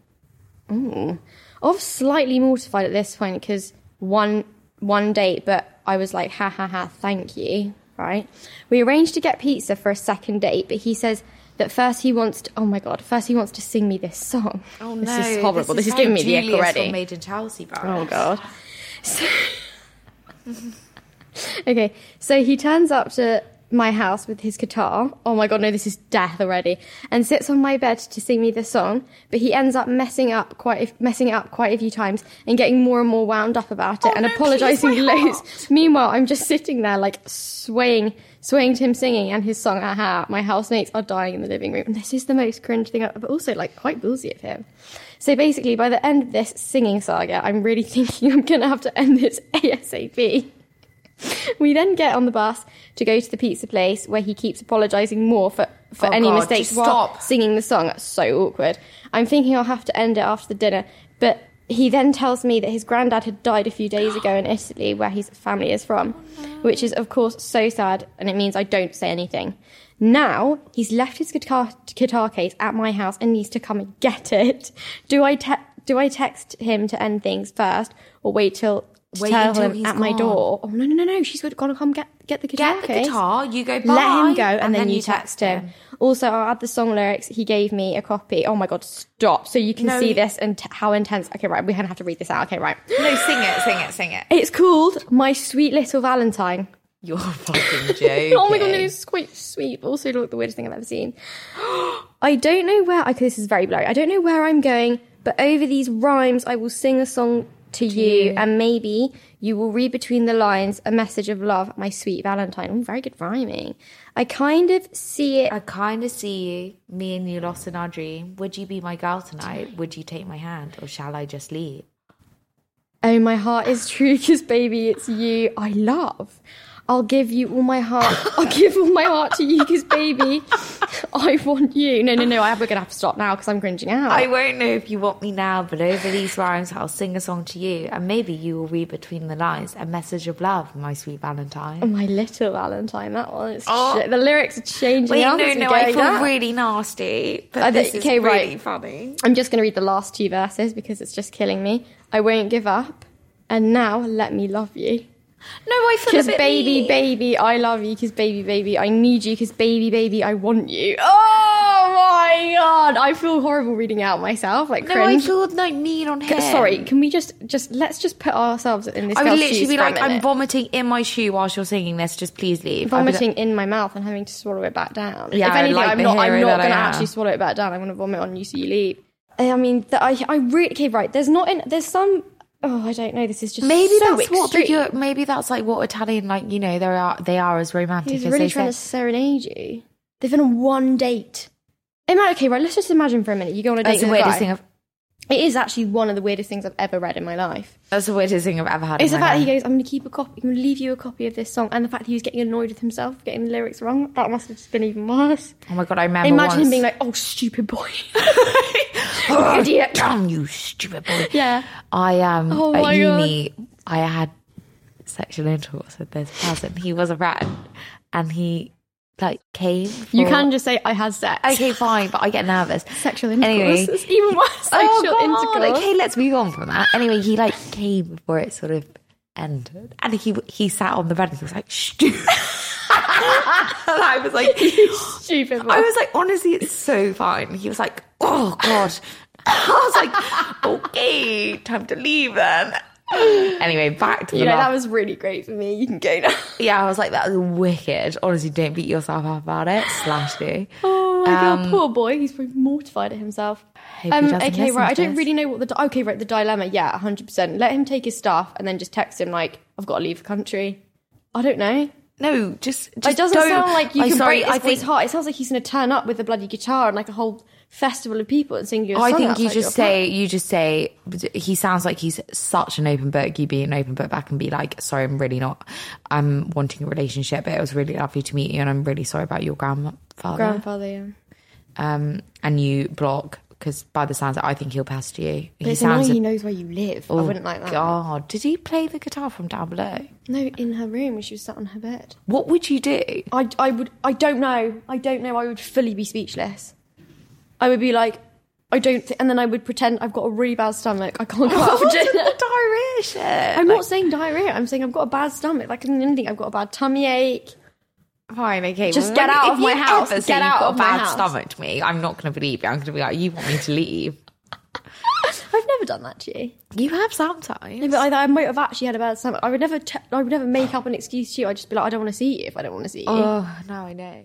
Speaker 3: Ooh. I was slightly mortified at this point because one one date, but I was like, ha ha ha, thank you. Right? We arranged to get pizza for a second date, but he says that first he wants to, oh my god, first he wants to sing me this song.
Speaker 2: Oh no,
Speaker 3: this is horrible. This, is, giving me the ick already.
Speaker 2: Made in Chelsea, bro.
Speaker 3: Oh god. okay, so he turns up to my house with his guitar. Oh my god, no, this is death already. And sits on my bed to sing me the song, but he ends up messing up quite a, messing it up quite a few times and getting more and more wound up about it and apologizing loads. Meanwhile, I'm just sitting there like swaying, swaying to him singing and his song. Aha, my housemates are dying in the living room. And this is the most cringe thing, I- but also like quite ballsy of him. So basically, by the end of this singing saga, I'm really thinking I'm gonna have to end this ASAP. We then get on the bus to go to the pizza place where he keeps apologising more for, for
Speaker 2: Oh
Speaker 3: any
Speaker 2: God,
Speaker 3: mistakes
Speaker 2: just
Speaker 3: while
Speaker 2: stop.
Speaker 3: singing the song. That's so awkward. I'm thinking I'll have to end it after the dinner, but he then tells me that his granddad had died a few days ago in Italy, where his family is from, which is, of course, so sad, and it means I don't say anything. Now he's left his guitar, guitar case at my house and needs to come and get it. Do I, te- do I text him to end things first or wait till to
Speaker 2: Wait
Speaker 3: tell
Speaker 2: until
Speaker 3: him
Speaker 2: he's
Speaker 3: at my
Speaker 2: gone.
Speaker 3: door. Oh no no no no! She's gonna come get get the guitar.
Speaker 2: Get the
Speaker 3: case.
Speaker 2: guitar, you go
Speaker 3: Let
Speaker 2: buy,
Speaker 3: him go, and, then, you text him. Also, I'll add the song lyrics. He gave me a copy. Oh my god! Stop. So you can
Speaker 2: No,
Speaker 3: see
Speaker 2: you-
Speaker 3: this and t- how intense. Okay, right. We're gonna have to read this out. Okay, right.
Speaker 2: No, sing it, sing it, sing it.
Speaker 3: It's called My Sweet Little Valentine.
Speaker 2: You're fucking joking.
Speaker 3: Oh my god, no, it's quite sweet. but Also, look, the weirdest thing I've ever seen. I don't know where. Okay, this is very blurry. I don't know where I'm going, but over these rhymes, I will sing a song to you, and maybe you will read between the lines a message of love, my sweet Valentine. Oh, very good rhyming. I kind of see it.
Speaker 2: I kind of see you, me and you lost in our dream. Would you be my girl tonight? Would you take my hand or shall I just leave?
Speaker 3: Oh, my heart is true because, baby, it's you I love. I'll give you all my heart. I'll give all my heart to you because, baby, I want you. No, no, no. I, we're going to have to stop now because I'm cringing out.
Speaker 2: I won't know if you want me now, but over these rhymes, I'll sing a song to you, and maybe you will read between the lines a message of love, my sweet Valentine.
Speaker 3: Oh, my little Valentine, that one. It's shit. The lyrics are changing.
Speaker 2: Oh. Wait,
Speaker 3: up
Speaker 2: no,
Speaker 3: as we
Speaker 2: no,
Speaker 3: go
Speaker 2: I feel
Speaker 3: down.
Speaker 2: really nasty, but
Speaker 3: I think-
Speaker 2: this is
Speaker 3: okay, right.
Speaker 2: really funny.
Speaker 3: I'm just going to read the last two verses because it's just killing me. I won't give up. And now let me love you.
Speaker 2: No, I feel
Speaker 3: Because
Speaker 2: a bit
Speaker 3: baby,
Speaker 2: mean.
Speaker 3: baby, I love you. Because baby, baby, I need you. Because baby, baby, I want you. Oh my god, I feel horrible reading out myself. Like
Speaker 2: No,
Speaker 3: cringe.
Speaker 2: I feel no mean on him.
Speaker 3: Sorry, can we just just let's just put ourselves in this?
Speaker 2: I would
Speaker 3: girl's
Speaker 2: literally
Speaker 3: shoes
Speaker 2: be
Speaker 3: for a
Speaker 2: like, I'm
Speaker 3: minute.
Speaker 2: vomiting in my shoe whilst you're singing this. Just please leave. I'd be
Speaker 3: vomiting in my mouth and having to swallow it back down.
Speaker 2: Yeah,
Speaker 3: if anything,
Speaker 2: like
Speaker 3: I'm
Speaker 2: the
Speaker 3: not. I'm
Speaker 2: hero
Speaker 3: not
Speaker 2: that I
Speaker 3: going to
Speaker 2: am.
Speaker 3: actually swallow it back down. I'm going to vomit on you, so you leave. I mean, the, I I really okay. Right, there's not in there's some. Oh, I don't know. This is just
Speaker 2: like- maybe
Speaker 3: so
Speaker 2: that's what the,
Speaker 3: extreme.
Speaker 2: Euro- maybe that's like what Italian like you know they are they are as romantic
Speaker 3: He's
Speaker 2: as
Speaker 3: really
Speaker 2: they
Speaker 3: trying to
Speaker 2: say.
Speaker 3: serenade you. They've been on one date. Ima- okay, right. Let's just imagine for a minute. You go on a date
Speaker 2: That's the
Speaker 3: with a
Speaker 2: weirdest
Speaker 3: guy.
Speaker 2: thing. I've,
Speaker 3: it is actually one of the weirdest things I've ever read in my life.
Speaker 2: that's the weirdest thing I've ever had.
Speaker 3: It's
Speaker 2: in
Speaker 3: the
Speaker 2: my
Speaker 3: fact
Speaker 2: life.
Speaker 3: he goes, "I'm going to keep a copy. I'm going to leave you a copy of this song," and the fact he was getting annoyed with himself, getting the lyrics wrong. That must have just been even worse.
Speaker 2: Oh my god, I remember.
Speaker 3: Imagine
Speaker 2: once,
Speaker 3: him being like, "Oh, stupid boy."
Speaker 2: idiot, damn you, stupid boy.
Speaker 3: Yeah.
Speaker 2: I um
Speaker 3: Oh my
Speaker 2: at uni I had sexual intercourse with this person. He was a friend, and he like came.
Speaker 3: You
Speaker 2: for-
Speaker 3: can just say I had sex.
Speaker 2: Okay, fine, but Oh. I get nervous.
Speaker 3: Sexual
Speaker 2: Anyway.
Speaker 3: intercourse. It's even worse. Sexual
Speaker 2: oh God,
Speaker 3: intercourse.
Speaker 2: Okay, let's move on from that. Anyway, he like came before it sort of ended, and he he sat on the bed and he was like, "Stupid." and I was like,
Speaker 3: Stupid boy.
Speaker 2: I was like, honestly, it's so fine. He was like, oh God. I was like, okay, time to leave then. Anyway, back to the
Speaker 3: you know,
Speaker 2: laugh.
Speaker 3: that was really great for me. You can go now.
Speaker 2: yeah, I was like, that was wicked. Honestly, don't beat yourself up about it. Slash you.
Speaker 3: Oh my god, poor boy. He's probably mortified at himself.
Speaker 2: Um, he doesn't
Speaker 3: um, okay,
Speaker 2: listen
Speaker 3: right. I
Speaker 2: to
Speaker 3: don't
Speaker 2: this.
Speaker 3: really know what the di- okay, right. The dilemma. Yeah, hundred percent. Let him take his stuff and then just text him like, "I've got to leave the country." I don't know.
Speaker 2: No, just, just
Speaker 3: It doesn't
Speaker 2: don't.
Speaker 3: sound like you
Speaker 2: I'm
Speaker 3: can
Speaker 2: sorry,
Speaker 3: break this
Speaker 2: I
Speaker 3: boy's
Speaker 2: think,
Speaker 3: heart. It sounds like he's going to turn up with a bloody guitar and like a whole festival of people and sing you. a
Speaker 2: I
Speaker 3: song
Speaker 2: think you
Speaker 3: outside your
Speaker 2: just say, you just say, he sounds like he's such an open book. You be an open book back and be like, sorry, I'm really not, I'm wanting a relationship, but it was really lovely to meet you and I'm really sorry about your grandfather.
Speaker 3: grandfather. Yeah.
Speaker 2: um, and you block because by the sounds, of it, I think he'll pest you.
Speaker 3: But
Speaker 2: he
Speaker 3: it's annoying
Speaker 2: sounds.
Speaker 3: he
Speaker 2: a-
Speaker 3: knows where you live. I
Speaker 2: Oh,
Speaker 3: wouldn't like that.
Speaker 2: God, did he play the guitar from down below?
Speaker 3: No, in her room when she was sat on her bed.
Speaker 2: What would you do?
Speaker 3: I, I would, I don't know. I don't know. I would fully be speechless. I would be like, I don't, thi- and then I would pretend I've got a really bad stomach. I can't go out for dinner.
Speaker 2: diarrhea shit.
Speaker 3: I'm not saying diarrhea. I'm saying I've got a bad stomach. Like, I mean, think I've got a bad tummy ache.
Speaker 2: fine. Okay,
Speaker 3: Just
Speaker 2: well,
Speaker 3: get
Speaker 2: when-
Speaker 3: out
Speaker 2: if
Speaker 3: of my
Speaker 2: you
Speaker 3: house,
Speaker 2: ever say
Speaker 3: get
Speaker 2: you've
Speaker 3: out
Speaker 2: got
Speaker 3: of
Speaker 2: a
Speaker 3: my
Speaker 2: bad
Speaker 3: house.
Speaker 2: stomach to me. I'm not going to believe you. I'm going to be like, you want me to leave?
Speaker 3: I've never done that to you.
Speaker 2: you have sometimes.
Speaker 3: No, but I, I might have actually had a bad stomach. I would never, te- I would never make up an excuse to you. I'd just be like, I don't want to see you if I don't want to see you.
Speaker 2: Oh, now I know.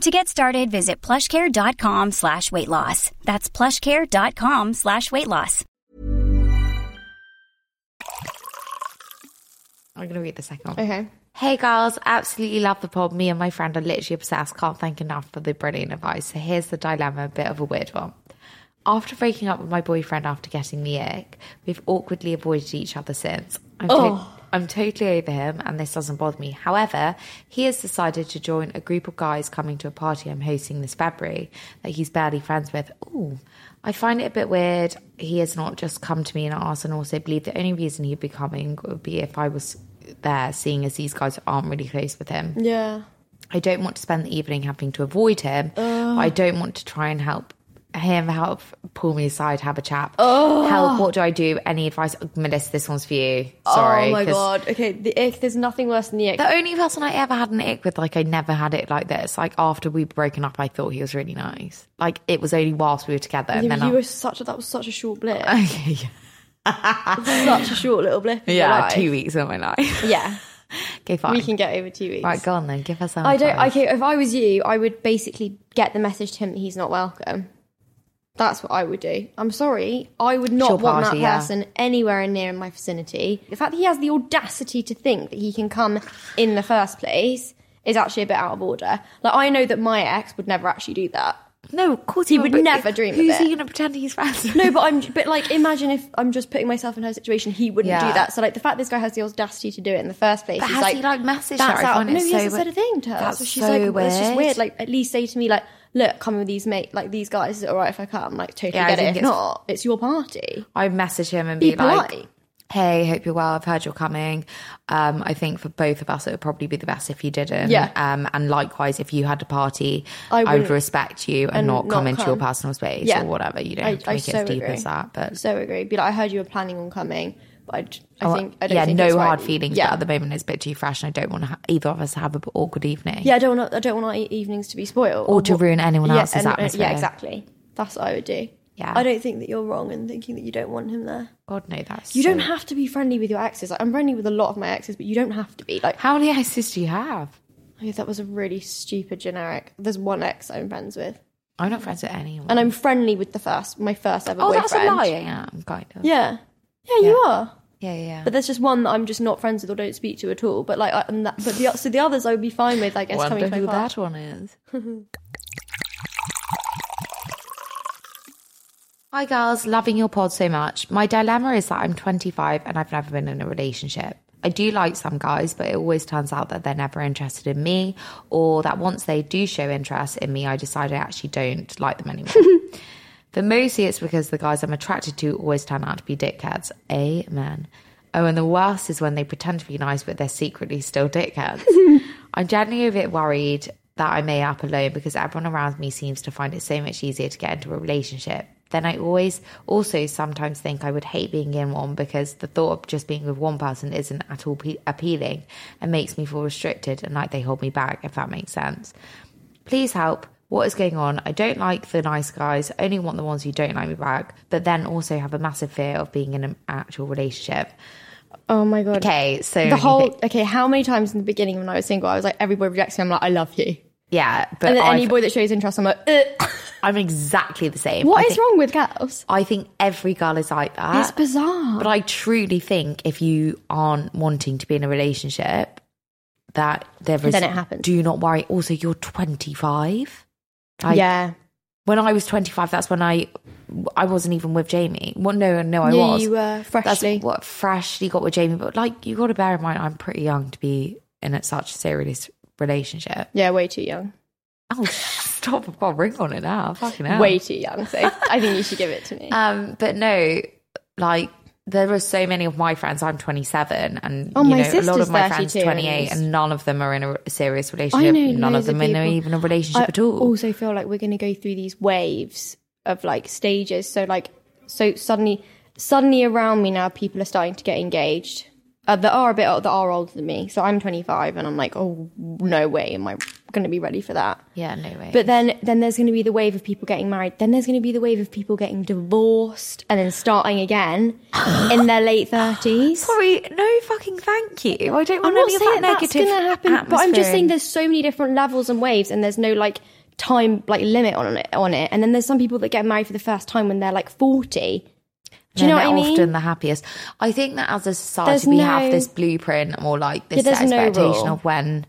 Speaker 5: To get started, visit plushcare.com slash weight loss. That's plushcare.com slash weight loss.
Speaker 2: I'm going to read the second one.
Speaker 3: Okay.
Speaker 2: Hey girls, absolutely love the pod. Me and my friend are literally obsessed. Can't thank enough for the brilliant advice. So here's the dilemma, a bit of a weird one. After breaking up with my boyfriend after getting the ick, we've awkwardly avoided each other since. I'm, to- I'm totally over him and this doesn't bother me. However, he has decided to join a group of guys coming to a party I'm hosting this February that he's barely friends with. Ooh. I find it a bit weird. He has not just come to me and asked, and also believe the only reason he'd be coming would be if I was there, seeing as these guys aren't really close with him.
Speaker 3: Yeah.
Speaker 2: I don't want to spend the evening having to avoid him. But I don't want to try and help him help pull me aside, have a chat. Oh. Help, what do I do? Any advice? Oh, Melissa, this one's for you. Sorry.
Speaker 3: oh my
Speaker 2: 'cause
Speaker 3: god. Okay, the ick. There's nothing worse than the ick.
Speaker 2: The only person I ever had an ick with, like I never had it like this. Like after we'd broken up, I thought he was really nice. Like it was only whilst we were together.
Speaker 3: you
Speaker 2: and then
Speaker 3: you
Speaker 2: I-
Speaker 3: were such a, that was such a short blip.
Speaker 2: Okay, yeah.
Speaker 3: such a short little blip. in your
Speaker 2: Yeah,
Speaker 3: life.
Speaker 2: two weeks of my life.
Speaker 3: Yeah,
Speaker 2: okay, fine.
Speaker 3: we can get over two weeks.
Speaker 2: Right, go on then. Give us some.
Speaker 3: I don't.
Speaker 2: advice.
Speaker 3: Okay, if I was you, I would basically get the message to him that he's not welcome. That's what I would do. I'm sorry, I would not
Speaker 2: Sure
Speaker 3: want
Speaker 2: party,
Speaker 3: that
Speaker 2: yeah.
Speaker 3: person anywhere near in my vicinity. The fact that he has the audacity to think that he can come in the first place is actually a bit out of order. Like I know that my ex would never actually do that.
Speaker 2: No, of course
Speaker 3: He
Speaker 2: will,
Speaker 3: would
Speaker 2: but
Speaker 3: never dream of
Speaker 2: Who's
Speaker 3: it.
Speaker 2: he going to pretend he's friends? with?
Speaker 3: No, but I'm. But like, imagine if I'm just putting myself in her situation. He wouldn't
Speaker 2: Yeah.
Speaker 3: do that. So like, the fact this guy has the audacity to do it in the first place.
Speaker 2: But
Speaker 3: is
Speaker 2: has
Speaker 3: like,
Speaker 2: he, like, messaged
Speaker 3: that's
Speaker 2: her? I
Speaker 3: out-
Speaker 2: find it
Speaker 3: No, he
Speaker 2: so
Speaker 3: hasn't said a
Speaker 2: weird.
Speaker 3: thing to her.
Speaker 2: That's
Speaker 3: so she's
Speaker 2: so
Speaker 3: like, well, it's just
Speaker 2: weird.
Speaker 3: weird. Like, at least say to me like, look, come with these mate, like these guys. Is it all right if I come? Like, totally
Speaker 2: Yeah, I
Speaker 3: get it.
Speaker 2: think
Speaker 3: If
Speaker 2: it's-
Speaker 3: not, it's your party.
Speaker 2: I message him and
Speaker 3: Be
Speaker 2: be, like,
Speaker 3: polite.
Speaker 2: "Hey, hope you're well. I've heard you're coming. Um, I think for both of us, it would probably be the best if you didn't.
Speaker 3: Yeah.
Speaker 2: Um, and likewise, if you had a party,
Speaker 3: I
Speaker 2: I, would
Speaker 3: wouldn't-
Speaker 2: respect you and,
Speaker 3: and
Speaker 2: not,
Speaker 3: not
Speaker 2: come into your
Speaker 3: come.
Speaker 2: personal space
Speaker 3: Yeah.
Speaker 2: or whatever. You don't
Speaker 3: I-
Speaker 2: have to
Speaker 3: I
Speaker 2: make it
Speaker 3: so
Speaker 2: as deep
Speaker 3: agree.
Speaker 2: as that. But
Speaker 3: So agree. Be like, I heard you were planning on coming, but I, j- I
Speaker 2: Oh,
Speaker 3: think I don't
Speaker 2: yeah,
Speaker 3: think
Speaker 2: no
Speaker 3: it's right
Speaker 2: hard
Speaker 3: that you-
Speaker 2: feelings.
Speaker 3: Yeah,
Speaker 2: But at the moment, it's a bit too fresh, and I don't want to ha- either of us to have an awkward evening.
Speaker 3: yeah. I don't want I don't want our e- evenings to be spoiled
Speaker 2: Or to
Speaker 3: what-
Speaker 2: ruin anyone
Speaker 3: Yeah,
Speaker 2: else's
Speaker 3: and- and-
Speaker 2: atmosphere.
Speaker 3: Yeah, exactly. That's what I would do.
Speaker 2: Yeah.
Speaker 3: I don't think that you're wrong in thinking that you don't want him there.
Speaker 2: God, no, that's
Speaker 3: You
Speaker 2: so-
Speaker 3: don't have to be friendly with your exes. Like, I'm friendly with a lot of my exes, but you don't have to be. Like,
Speaker 2: How many exes do you have?
Speaker 3: okay, that was a really stupid generic. There's one ex I'm friends with,
Speaker 2: I'm not friends with anyone.
Speaker 3: and I'm friendly with the first, my first ever
Speaker 2: oh,
Speaker 3: boyfriend.
Speaker 2: that's a lie. Yeah, I'm kind of.
Speaker 3: Yeah. yeah, you are.
Speaker 2: yeah, yeah. yeah.
Speaker 3: But there's just one that I'm just not friends with or don't speak to at all. But like, I, and that, but the so the others I would be fine with, I guess.
Speaker 2: Wonder
Speaker 3: coming to
Speaker 2: who
Speaker 3: my
Speaker 2: that
Speaker 3: that.
Speaker 2: one is. Hi, girls. Loving your pod so much. My dilemma is that I'm 25 and I've never been in a relationship. I do like some guys, but it always turns out that they're never interested in me, or that once they do show interest in me, I decide I actually don't like them anymore. But mostly it's because the guys I'm attracted to always turn out to be dickheads. Amen. Oh, and the worst is when they pretend to be nice, but they're secretly still dickheads. I'm generally a bit worried that I may up alone because everyone around me seems to find it so much easier to get into a relationship. Then I always also sometimes think I would hate being in one because the thought of just being with one person isn't at all pe- appealing and makes me feel restricted and like they hold me back, if that makes sense. Please help. What is going on? I don't like the nice guys. I only want the ones who don't like me back, but then also have a massive fear of being in an actual relationship.
Speaker 3: Oh my god.
Speaker 2: Okay, so
Speaker 3: The
Speaker 2: when you
Speaker 3: whole
Speaker 2: think-
Speaker 3: okay. How many times in the beginning when I was single, I was like, every boy rejects me. I'm like, I love you.
Speaker 2: yeah, but
Speaker 3: And then any
Speaker 2: I've-
Speaker 3: boy that shows interest, I'm like, Ugh.
Speaker 2: I'm exactly the same.
Speaker 3: What is
Speaker 2: I think-
Speaker 3: wrong with girls?
Speaker 2: I think every girl is like that.
Speaker 3: It's bizarre.
Speaker 2: But I truly think if you aren't wanting to be in a relationship, that there is.
Speaker 3: Then it happens.
Speaker 2: Do not worry. Also, you're 25. Like,
Speaker 3: yeah,
Speaker 2: When I was 25, that's when I I wasn't even with Jamie. Well, no, no, I
Speaker 3: Yeah,
Speaker 2: was.
Speaker 3: you were freshly.
Speaker 2: That's what freshly got with Jamie. But like, you got to bear in mind, I'm pretty young to be in a, such a serious relationship.
Speaker 3: yeah, way too young.
Speaker 2: Oh, stop! I've got a ring on it now. Fucking hell.
Speaker 3: way too young. So I think you should give it to me.
Speaker 2: Um, but no, like there are so many of my friends. I'm 27, and
Speaker 3: Oh,
Speaker 2: you
Speaker 3: my
Speaker 2: know, a lot
Speaker 3: sister's
Speaker 2: of my friends
Speaker 3: 32 and
Speaker 2: 28,
Speaker 3: is-
Speaker 2: and none of them are in a serious relationship. none
Speaker 3: loads
Speaker 2: of them in
Speaker 3: people.
Speaker 2: even a relationship
Speaker 3: I
Speaker 2: at all.
Speaker 3: Also, feel like we're going to go through these waves of like stages. So like, so suddenly, suddenly around me now, people are starting to get engaged. Uh, that are a bit that are older than me. So I'm 25, and I'm like, oh no way, am I going to be ready for that?
Speaker 2: yeah, no way.
Speaker 3: But then, then there's going to be the wave of people getting married. Then there's going to be the wave of people getting divorced and then starting again in their late thirties.
Speaker 2: sorry, no fucking thank you. I don't want
Speaker 3: I'm not
Speaker 2: any of that
Speaker 3: saying that's
Speaker 2: negative
Speaker 3: going to happen, but I'm
Speaker 2: atmosphere
Speaker 3: just saying
Speaker 2: in-
Speaker 3: there's so many different levels and waves, and there's no like time like limit on it. On it, and then there's some people that get married for the first time when they're like 40. Do you know
Speaker 2: They're
Speaker 3: what I
Speaker 2: not
Speaker 3: mean?
Speaker 2: often the happiest. I think that as a society,
Speaker 3: There's
Speaker 2: we
Speaker 3: no-
Speaker 2: have this blueprint or like
Speaker 3: Yeah,
Speaker 2: this
Speaker 3: there's no
Speaker 2: expectation
Speaker 3: rule.
Speaker 2: of when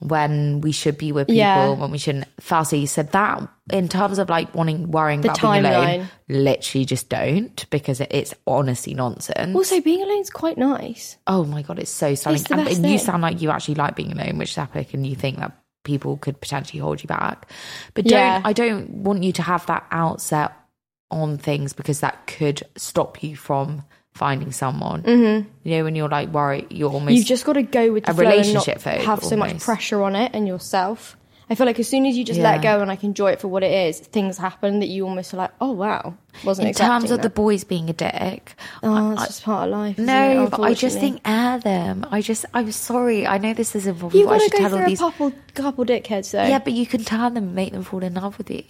Speaker 2: when we should be with people,
Speaker 3: Yeah.
Speaker 2: when we shouldn't. Fussy said that in terms of like wanting worrying
Speaker 3: The
Speaker 2: about being
Speaker 3: timeline.
Speaker 2: alone, literally just don't because it, it's honestly nonsense.
Speaker 3: Also, being alone's quite nice.
Speaker 2: oh my god, it's so stunning.
Speaker 3: It's the
Speaker 2: and,
Speaker 3: best
Speaker 2: and you
Speaker 3: thing.
Speaker 2: sound like you actually like being alone, which is epic, and you think that people could potentially hold you back. But don't
Speaker 3: Yeah.
Speaker 2: I don't want you to have that outset on things because that could stop you from finding someone. You know, when you're like worried, you're almost
Speaker 3: Mm-hmm. You've just got to go with the
Speaker 2: a
Speaker 3: flow
Speaker 2: relationship
Speaker 3: and not
Speaker 2: phase,
Speaker 3: have so much
Speaker 2: almost.
Speaker 3: pressure on it and yourself. I feel like as soon as you just let
Speaker 2: Yeah.
Speaker 3: go and like enjoy it for what it is, things happen that you almost are like, oh wow, wasn't
Speaker 2: in terms
Speaker 3: expecting
Speaker 2: of the
Speaker 3: that.
Speaker 2: boys being a dick.
Speaker 3: Oh, that's just part of life. isn't it,
Speaker 2: No, but I just
Speaker 3: unfortunately?
Speaker 2: think air them. I just, I'm sorry. I know this is involved.
Speaker 3: you've
Speaker 2: but I
Speaker 3: got to
Speaker 2: should
Speaker 3: go
Speaker 2: tell
Speaker 3: through
Speaker 2: all these.
Speaker 3: a couple couple dickheads though.
Speaker 2: Yeah, but you can turn them and make them fall in love with you.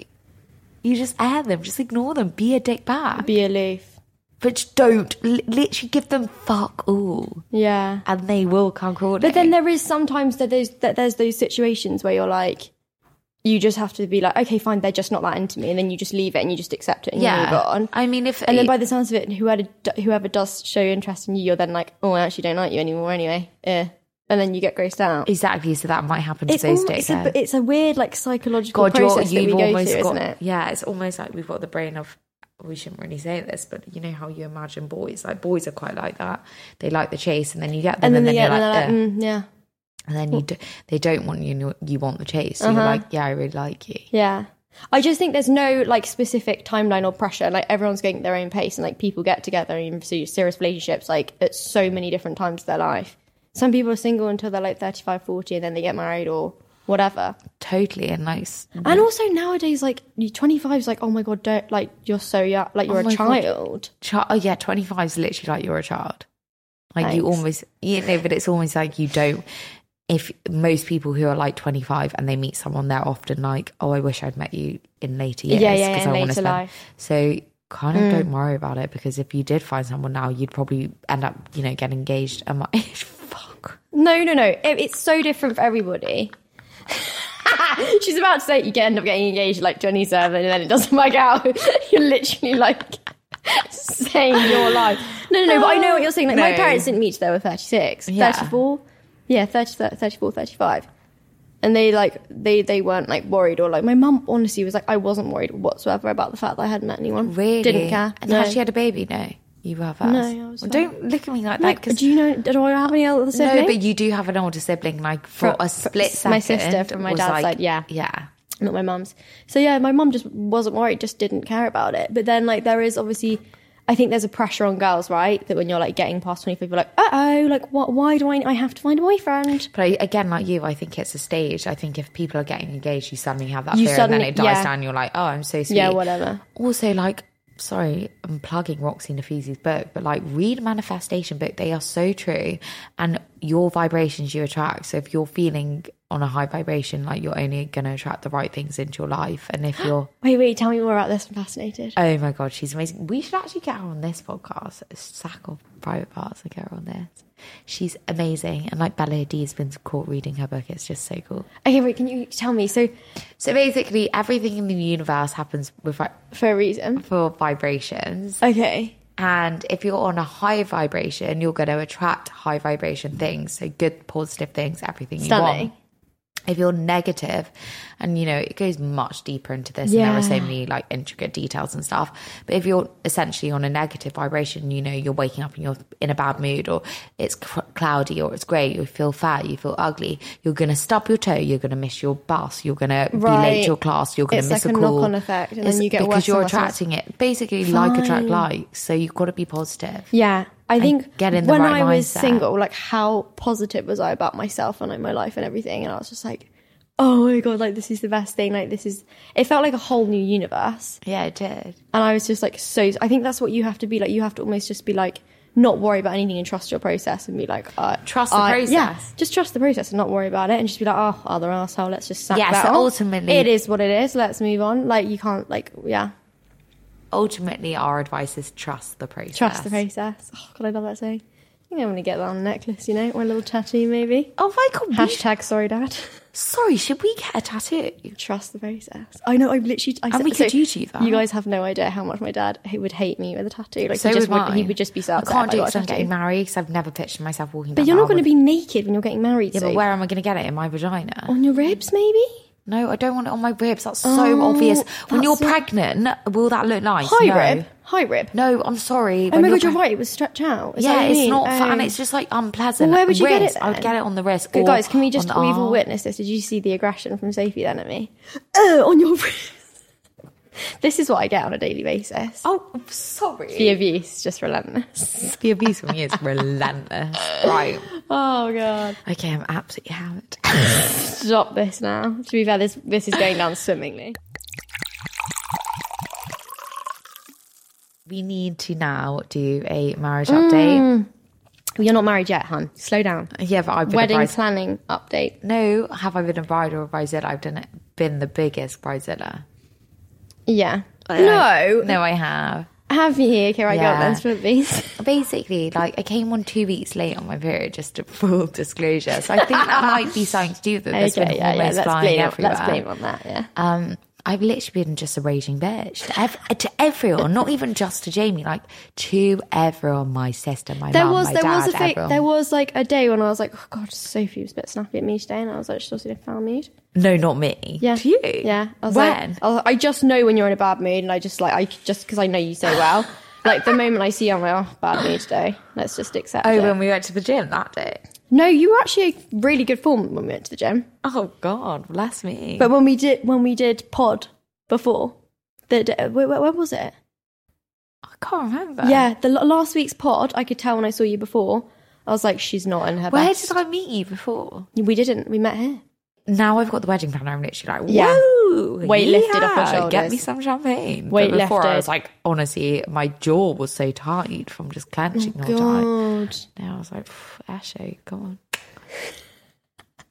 Speaker 2: You just air them. Just ignore them. Be a dick back.
Speaker 3: be aloof.
Speaker 2: but just don't. Li- literally give them fuck all.
Speaker 3: Yeah.
Speaker 2: And they will come crawling.
Speaker 3: But then there is sometimes that there's that there's those situations where you're like, you just have to be like, okay, fine, they're just not that into me, and then you just leave it and you just accept it and you
Speaker 2: Yeah.
Speaker 3: move on.
Speaker 2: I mean, if-
Speaker 3: and then by the sounds of it, whoever d- whoever does show interest in you, you're then like, oh, I actually don't like you anymore anyway. Yeah, and then you get grossed out.
Speaker 2: Exactly. So that might happen to
Speaker 3: It's
Speaker 2: those
Speaker 3: al-
Speaker 2: days.
Speaker 3: it's, a, it's a weird like psychological
Speaker 2: God, you're,
Speaker 3: process that
Speaker 2: you've
Speaker 3: we go through,
Speaker 2: almost got.
Speaker 3: isn't it?
Speaker 2: Yeah, it's almost like we've got the brain of. We shouldn't really say this, but you know how you imagine boys. Like boys are quite like that. They like the chase, and then you get them,
Speaker 3: And then,
Speaker 2: and then,
Speaker 3: they get,
Speaker 2: you're
Speaker 3: and
Speaker 2: like,
Speaker 3: they're
Speaker 2: "Ugh."
Speaker 3: like, mm, yeah,
Speaker 2: and then you do, they don't want you. and you- You want the chase. So
Speaker 3: Uh-huh.
Speaker 2: You're like, yeah, I really like you.
Speaker 3: yeah. I just think there's no like specific timeline or pressure. Like everyone's going at their own pace, and like people get together and pursue serious relationships like at so many different times of their life. Some people are single until they're like 35, 40, and then they get married or whatever.
Speaker 2: Totally, and like, s-
Speaker 3: And also nowadays, like you 25 is like, oh my god, don't like you're so young, like you're
Speaker 2: Oh
Speaker 3: a
Speaker 2: my God.
Speaker 3: child.
Speaker 2: chi- oh yeah, twenty five is literally like you're a child. Like you
Speaker 3: Thanks.
Speaker 2: almost, you know, but it's almost like you don't. If most people who are like twenty five and they meet someone, they're often like, "Oh, I wish I'd met you in later years."
Speaker 3: Yeah, yeah, yeah, in
Speaker 2: I wanna
Speaker 3: later
Speaker 2: spend-"
Speaker 3: life. Mm.
Speaker 2: So kind of don't worry about it because if you did find someone now, you'd probably end up, you know, getting engaged at my age. Fuck.
Speaker 3: No, no, no. It, it's so different for everybody. She's about to say you get end up getting engaged at, like 27 and then it doesn't work out. you're literally like saying your life. No, no, no. But I know what you're saying. Like my
Speaker 2: No.
Speaker 3: parents didn't meet till they were 36,
Speaker 2: Yeah.
Speaker 3: 34. Yeah, 30, 34, 35. And they like they they weren't like worried or like my mum honestly was like I wasn't worried whatsoever about the fact that I hadn't met anyone.
Speaker 2: Really?
Speaker 3: Didn't care.
Speaker 2: And
Speaker 3: No.
Speaker 2: had she had a baby? No, you were first.
Speaker 3: I was
Speaker 2: Well,
Speaker 3: first.
Speaker 2: don't look at me like that
Speaker 3: Like,
Speaker 2: because
Speaker 3: do you know? Do I have any other sibling?
Speaker 2: No, but you do have an older sibling. Like for
Speaker 3: Fro-
Speaker 2: a split
Speaker 3: fr-
Speaker 2: second,
Speaker 3: my sister from my
Speaker 2: was
Speaker 3: dad's
Speaker 2: like-
Speaker 3: side, yeah.
Speaker 2: yeah.
Speaker 3: not my mum's. So yeah, my mum just wasn't worried, just didn't care about it. But then like there is obviously I think there's a pressure on girls, right? That when you're like getting past 25, you're like, uh oh, like what? Why do I? I have to find a boyfriend.
Speaker 2: But I, again, like you, I think it's a stage. I think if people are getting engaged, you suddenly have that
Speaker 3: You
Speaker 2: fear,
Speaker 3: suddenly-
Speaker 2: and then it dies
Speaker 3: yeah.
Speaker 2: down. You're like, oh, I'm so sweet.
Speaker 3: Yeah, whatever.
Speaker 2: Also, like, sorry, I'm plugging Roxy Nafizi's book, but like, read Manifestation book. They are so true, and your vibrations you attract. So if you're feeling on a high vibration, like you're only going to attract the right things into your life. And if you're
Speaker 3: Wait, wait, tell me more about this. I'm fascinated.
Speaker 2: Oh my god, she's amazing. We should actually get her on this podcast. Sack of private parts and get her on this. She's amazing. And like Bella Hadid has been caught reading her book. It's just so cool.
Speaker 3: Okay, wait, can you tell me? So
Speaker 2: So basically everything in the universe happens with vi-
Speaker 3: for a reason.
Speaker 2: for vibrations.
Speaker 3: Okay.
Speaker 2: And if you're on a high vibration, you're going to attract high vibration things. So good, positive things, everything you
Speaker 3: Stunning.
Speaker 2: want. If you're negative, and you know, it goes much deeper into this, and there are so
Speaker 3: Yeah.
Speaker 2: many like intricate details and stuff. But if you're essentially on a negative vibration, you know, you're waking up and you're in a bad mood, or it's cr- cloudy, or it's grey, you feel fat, you feel ugly, you're going to stub your toe, you're going to miss your bus, you're going to be late
Speaker 3: Right.
Speaker 2: to your class, you're going
Speaker 3: It's
Speaker 2: to miss
Speaker 3: like
Speaker 2: a
Speaker 3: a
Speaker 2: call.
Speaker 3: knock-on effect, and then you get
Speaker 2: because
Speaker 3: worse and
Speaker 2: you're
Speaker 3: worse and worse.
Speaker 2: attracting it. Basically, like attract like. So you've got to be positive.
Speaker 3: Yeah, I think
Speaker 2: get in the
Speaker 3: when
Speaker 2: right
Speaker 3: I was
Speaker 2: mindset.
Speaker 3: single, like how positive was I about myself and like my life and everything, and I was just like, oh my god, like this is the best thing. Like this is. It felt like a whole new universe.
Speaker 2: Yeah, it did.
Speaker 3: And I was just like, so I think that's what you have to be like. You have to almost just be like, not worry about anything and trust your process and be like, uh,
Speaker 2: Trust the
Speaker 3: I-
Speaker 2: process.
Speaker 3: Yeah, just trust the process and not worry about it and just be like, oh, other asshole, let's just sack
Speaker 2: Yeah,
Speaker 3: that
Speaker 2: so
Speaker 3: off.
Speaker 2: ultimately-
Speaker 3: it is what it is. Let's move on. Like you can't like yeah,
Speaker 2: Ultimately, our advice is trust the process.
Speaker 3: trust the process. Oh god, I love that saying. I think I'm gonna get that on a necklace. You know, my little tattoo maybe.
Speaker 2: Oh my god! we should-
Speaker 3: Hashtag sorry dad.
Speaker 2: sorry, should we get a tattoo?
Speaker 3: Trust the process. I know. I've literally. I
Speaker 2: And we could YouTube that.
Speaker 3: You guys have no idea how much my dad he would hate me with a tattoo. Like
Speaker 2: So
Speaker 3: he just
Speaker 2: would
Speaker 3: would, he
Speaker 2: mine.
Speaker 3: would just be so
Speaker 2: I
Speaker 3: upset
Speaker 2: can't
Speaker 3: if
Speaker 2: do
Speaker 3: I
Speaker 2: it
Speaker 3: got a
Speaker 2: because I'm
Speaker 3: tattoo.
Speaker 2: getting married because I've never pictured myself walking.
Speaker 3: But you're not going to be naked when you're getting married.
Speaker 2: Yeah,
Speaker 3: so.
Speaker 2: but where am I going to get it in my vagina?
Speaker 3: on your ribs, maybe?
Speaker 2: No, I don't want it on my ribs. That's so obvious. When
Speaker 3: Oh, that's
Speaker 2: you're
Speaker 3: not-
Speaker 2: pregnant, will that look nice?
Speaker 3: High
Speaker 2: no.
Speaker 3: rib, high rib.
Speaker 2: No, I'm sorry.
Speaker 3: oh
Speaker 2: When
Speaker 3: my god,
Speaker 2: pre-
Speaker 3: you're right. It was stretched out. Is that
Speaker 2: Yeah,
Speaker 3: what you
Speaker 2: it's
Speaker 3: mean?
Speaker 2: not, fa-
Speaker 3: Oh.
Speaker 2: and it's just like unpleasant.
Speaker 3: Well, where would you get it
Speaker 2: Wrist, I would
Speaker 3: then?
Speaker 2: get it on the wrist.
Speaker 3: Good
Speaker 2: or
Speaker 3: guys, can we
Speaker 2: on
Speaker 3: just?
Speaker 2: the
Speaker 3: We've
Speaker 2: arm.
Speaker 3: all witnessed this. Did you see the aggression from Sophie then at me? Oh, on your ribs. This is what I get on a daily basis.
Speaker 2: Oh, I'm sorry.
Speaker 3: The abuse, just relentless.
Speaker 2: The abuse from you is relentless. Right.
Speaker 3: Oh god.
Speaker 2: Okay, I'm absolutely hammered.
Speaker 3: Stop this now. To be fair, this this is going down swimmingly.
Speaker 2: We need to now do a marriage
Speaker 3: Mm.
Speaker 2: update.
Speaker 3: You're not married yet, hun. Slow down.
Speaker 2: Yeah, but I've been a
Speaker 3: Wedding
Speaker 2: bride.
Speaker 3: planning update.
Speaker 2: no, have I been a bride or a bridezilla? I've done it. Been the biggest bridezilla.
Speaker 3: Yeah. no.
Speaker 2: No, I have.
Speaker 3: Have you? Okay, I
Speaker 2: Yeah.
Speaker 3: got this for these.
Speaker 2: Basically, like I came on two weeks late on my period, just to full disclosure. So I think that might be something to do with it. There's
Speaker 3: Okay,
Speaker 2: been
Speaker 3: yeah, yeah.
Speaker 2: hormones
Speaker 3: Let's
Speaker 2: flying
Speaker 3: blame,
Speaker 2: everywhere.
Speaker 3: let's blame on that. Yeah.
Speaker 2: um, I've literally been just a raging bitch to, ev- to everyone, not even just to Jamie, like to everyone, my sister, my
Speaker 3: There
Speaker 2: mum,
Speaker 3: was
Speaker 2: my
Speaker 3: there
Speaker 2: dad,
Speaker 3: was a thing,
Speaker 2: everyone.
Speaker 3: there was like a day when I was like, oh god, Sophie was a bit snappy at me today, and I was like, she's also in a foul mood.
Speaker 2: No, not me.
Speaker 3: Yeah,
Speaker 2: To you?
Speaker 3: Yeah, I was
Speaker 2: when?
Speaker 3: like, I, was- I just know when you're in a bad mood, and I just like, I just because I know you so well. like the moment I see you, I'm like, oh, bad mood today. Let's just accept.
Speaker 2: oh,
Speaker 3: it.
Speaker 2: when we went to the gym that day.
Speaker 3: no, you were actually in really good form when we went to the gym,
Speaker 2: Oh God, bless me.
Speaker 3: but when we did when we did pod before, the day, when, when was it?
Speaker 2: I can't remember.
Speaker 3: Yeah, the l- last week's pod, I could tell when I saw you before. I was like, she's not in her
Speaker 2: Where
Speaker 3: best.
Speaker 2: did Oh I meet you before?
Speaker 3: We didn't. We met here.
Speaker 2: Now I've got the wedding planner. I'm literally like,
Speaker 3: Yeah.
Speaker 2: whoa,
Speaker 3: Weight lifted off my
Speaker 2: yeah, Get me
Speaker 3: shoulders.
Speaker 2: some champagne.
Speaker 3: Weight
Speaker 2: but before I
Speaker 3: lifted.
Speaker 2: was like, honestly, my jaw was so tight from just
Speaker 3: Oh,
Speaker 2: clenching all the time.
Speaker 3: God.
Speaker 2: Now I was like, Asho, come on.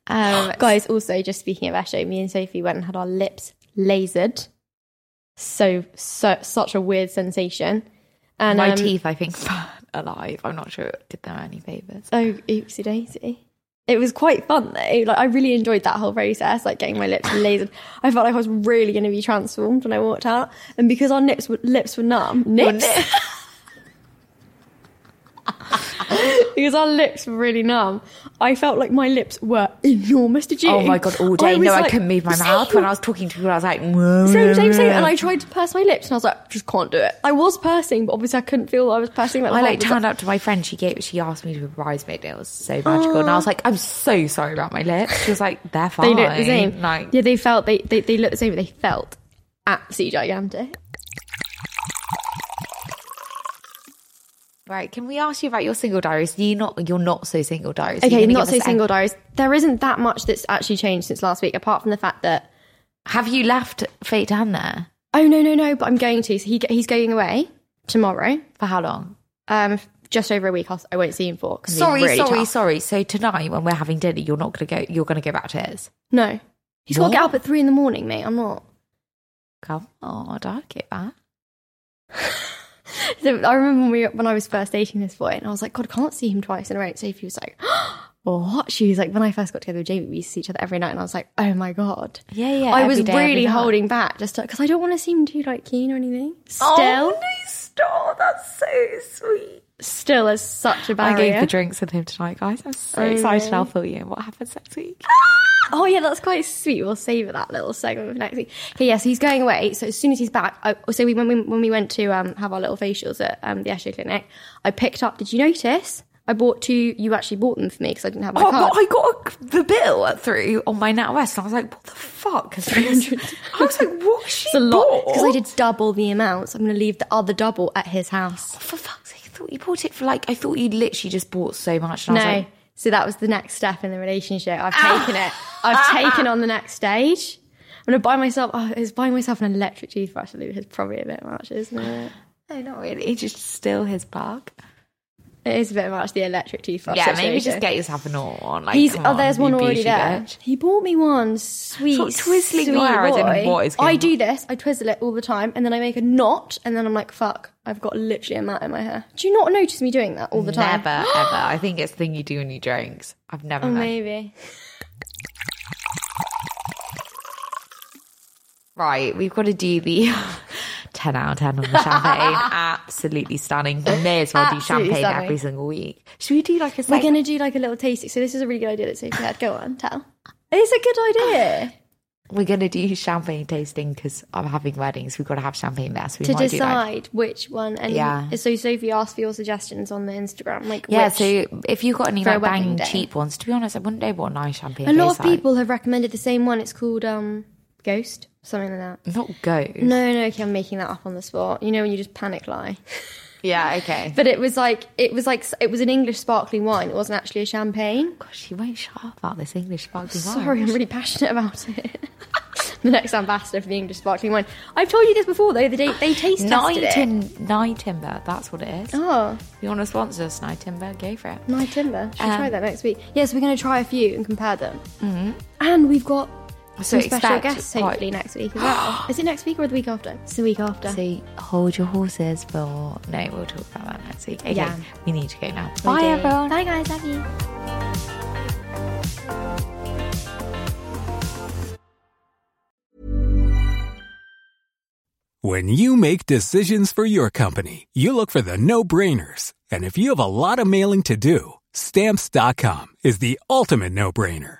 Speaker 2: Um,
Speaker 3: Guys, also just speaking of Esho, me and Sophie went and had our lips lasered. So, so such a weird sensation. And
Speaker 2: my
Speaker 3: um,
Speaker 2: teeth, I think, burnt alive. I'm not sure it did them any favors.
Speaker 3: Oh, oopsie daisy. It was quite fun though. Like I really enjoyed that whole process, like getting my lips lasered. I felt like I was really going to be transformed when I walked out, and because our nips were, lips were numb, nips. because our lips were really numb, I felt like my lips were enormous. Did you?
Speaker 2: Oh my god, all day.
Speaker 3: was
Speaker 2: No, I
Speaker 3: like,
Speaker 2: couldn't move my
Speaker 3: same,
Speaker 2: mouth when I was talking to people. I was like,
Speaker 3: Same, same, same. And I tried to purse my lips, and I was like, just can't do it. I was pursing, but obviously I couldn't feel I was pursing. Like, the
Speaker 2: I
Speaker 3: whole-
Speaker 2: like turned up to my friend. She gave. She asked me to be a bridesmaid. It was so magical, and I was like, "I'm so sorry about my lips." She was like, "They're
Speaker 3: Ah. They
Speaker 2: fine."
Speaker 3: looked the same.
Speaker 2: Like,
Speaker 3: yeah, they felt they, they they looked the same, but they felt absolutely gigantic.
Speaker 2: right? Can we ask you about your single diaries? You not. You're not so single diaries. You're
Speaker 3: Okay,
Speaker 2: gonna
Speaker 3: not
Speaker 2: give
Speaker 3: so
Speaker 2: us a-
Speaker 3: single diaries. There isn't that much that's actually changed since last week, apart from the fact that
Speaker 2: Have you left Fate down there
Speaker 3: oh no no no, but I'm going to. So he he's going away tomorrow.
Speaker 2: for how long?
Speaker 3: Um, just over a week. I'll, I won't see him for. 'cause it's
Speaker 2: Sorry,
Speaker 3: really
Speaker 2: sorry,
Speaker 3: tough.
Speaker 2: sorry. So tonight, when we're having dinner, you're not going to go. You're going to go back to his.
Speaker 3: No, he's got to
Speaker 2: What?
Speaker 3: get up at three in the morning, mate. I'm not.
Speaker 2: Come on, I'll get back.
Speaker 3: So I remember when, we, when I was first dating this boy, and I was like, God, I can't see him twice in a row. So he was like, What? She was like, When I first got together with Jamie, we used to see each other every night, and I was like, Oh my God.
Speaker 2: Yeah, yeah.
Speaker 3: I
Speaker 2: every
Speaker 3: was
Speaker 2: day, every
Speaker 3: really
Speaker 2: night.
Speaker 3: holding back just because I don't want to seem too like keen or anything. Still,
Speaker 2: Oh, no, stop. That's so sweet.
Speaker 3: still is such a
Speaker 2: I
Speaker 3: barrier.
Speaker 2: gave the drinks with him tonight, guys. I'm so
Speaker 3: Oh,
Speaker 2: excited.
Speaker 3: really?
Speaker 2: I'll fill you in what happens next week.
Speaker 3: oh yeah, that's quite sweet. We'll save that little segment for next week. Okay, yeah, so he's going away. So as soon as he's back, I, so we when we when we went to um, have our little facials at um, the Esho Clinic, I picked up. Did you notice? I bought two. You actually bought them for me because I didn't have my
Speaker 2: Oh,
Speaker 3: card.
Speaker 2: but I got a- the bill through on my NatWest, and I was like, "What the fuck?" Has this- I was like, "What she
Speaker 3: It's a lot
Speaker 2: bought?"
Speaker 3: because I did double the amount. So I'm going to leave the other double at his house.
Speaker 2: Oh, For fuck's sake, I thought you bought it for like. I thought you literally just bought so much. And
Speaker 3: No.
Speaker 2: I was like,
Speaker 3: so that was the next step in the relationship. I've
Speaker 2: Ah.
Speaker 3: taken it. I've taken on the next stage. I'm gonna buy myself. Oh, it's buying myself an electric toothbrush. I think it's probably a bit much, isn't it?
Speaker 2: "No, not really. Just steal his bag."
Speaker 3: It is a bit much. The electric toothbrush.
Speaker 2: Yeah, maybe
Speaker 3: situation.
Speaker 2: just get yourself a normal one. Like,
Speaker 3: He's
Speaker 2: come
Speaker 3: oh, there's
Speaker 2: you
Speaker 3: one already
Speaker 2: bougie
Speaker 3: there.
Speaker 2: bitch.
Speaker 3: He bought me one. Sweet,
Speaker 2: Sort of twizzling
Speaker 3: sweet
Speaker 2: your hair. I
Speaker 3: boy.
Speaker 2: don't know what is going
Speaker 3: I do this. I twizzle it all the time, and then I make a knot, and then I'm like, "Fuck, I've got literally a mat in my hair." Do you not notice me doing that all the time?
Speaker 2: Never ever. I think it's the thing you do when you drinks. I've never.
Speaker 3: Oh,
Speaker 2: met-
Speaker 3: maybe.
Speaker 2: Right, we've got to do the 10 out of 10 on the champagne. Absolutely stunning. We may as well do
Speaker 3: Absolutely
Speaker 2: champagne
Speaker 3: stunning.
Speaker 2: every single week. Should we do like a
Speaker 3: We're
Speaker 2: second?
Speaker 3: going to do like a little tasting. So this is a really good idea that Sophie had. Go on, tell. Ah. It's a good idea
Speaker 2: We're going to do champagne tasting because I'm having weddings. We've got to have champagne there. So we
Speaker 3: to
Speaker 2: might do like.
Speaker 3: decide which one. And
Speaker 2: Yeah.
Speaker 3: so Sophie asked for your suggestions on the Instagram. Like,
Speaker 2: Yeah,
Speaker 3: which-
Speaker 2: so if you've got any
Speaker 3: for a
Speaker 2: like
Speaker 3: wedding
Speaker 2: bang
Speaker 3: day.
Speaker 2: cheap ones, to be honest, I wouldn't know what nice champagne
Speaker 3: a lot
Speaker 2: tastes
Speaker 3: of
Speaker 2: like.
Speaker 3: people have recommended the same one. It's called um Ghost. something like that.
Speaker 2: Not goat.
Speaker 3: No, no, okay, I'm making that up on the spot. You know when you just panic lie.
Speaker 2: Yeah, okay.
Speaker 3: But it was like it was like it was an English sparkling wine. It wasn't actually a champagne.
Speaker 2: Gosh, you won't shut up about this English sparkling wine.
Speaker 3: Oh, Sorry, I'm really passionate about it. I'm the next ambassador for the English sparkling wine. I've told you this before though. They they taste tested
Speaker 2: Night,
Speaker 3: it.
Speaker 2: in, night timber, that's what it is.
Speaker 3: Oh,
Speaker 2: If you want to sponsor us, Night Timber, go for it.
Speaker 3: my timber. Should we try that next week? Yes, we're going to try a few and compare them. Um, Mm-hmm. And we've got
Speaker 2: So
Speaker 3: some special
Speaker 2: expect
Speaker 3: guests
Speaker 2: quite-
Speaker 3: hopefully next week as well. Is it next week or the week after? It's the week after.
Speaker 2: So hold your horses for. No, we'll talk about that next week. Okay,
Speaker 3: Yeah.
Speaker 2: we need to go now.
Speaker 3: We
Speaker 2: Bye,
Speaker 3: do.
Speaker 2: everyone.
Speaker 3: Bye guys. Love you.
Speaker 6: When you make decisions for your company, you look for the no brainers. And if you have a lot of mailing to do, stamps.com is the ultimate no brainer.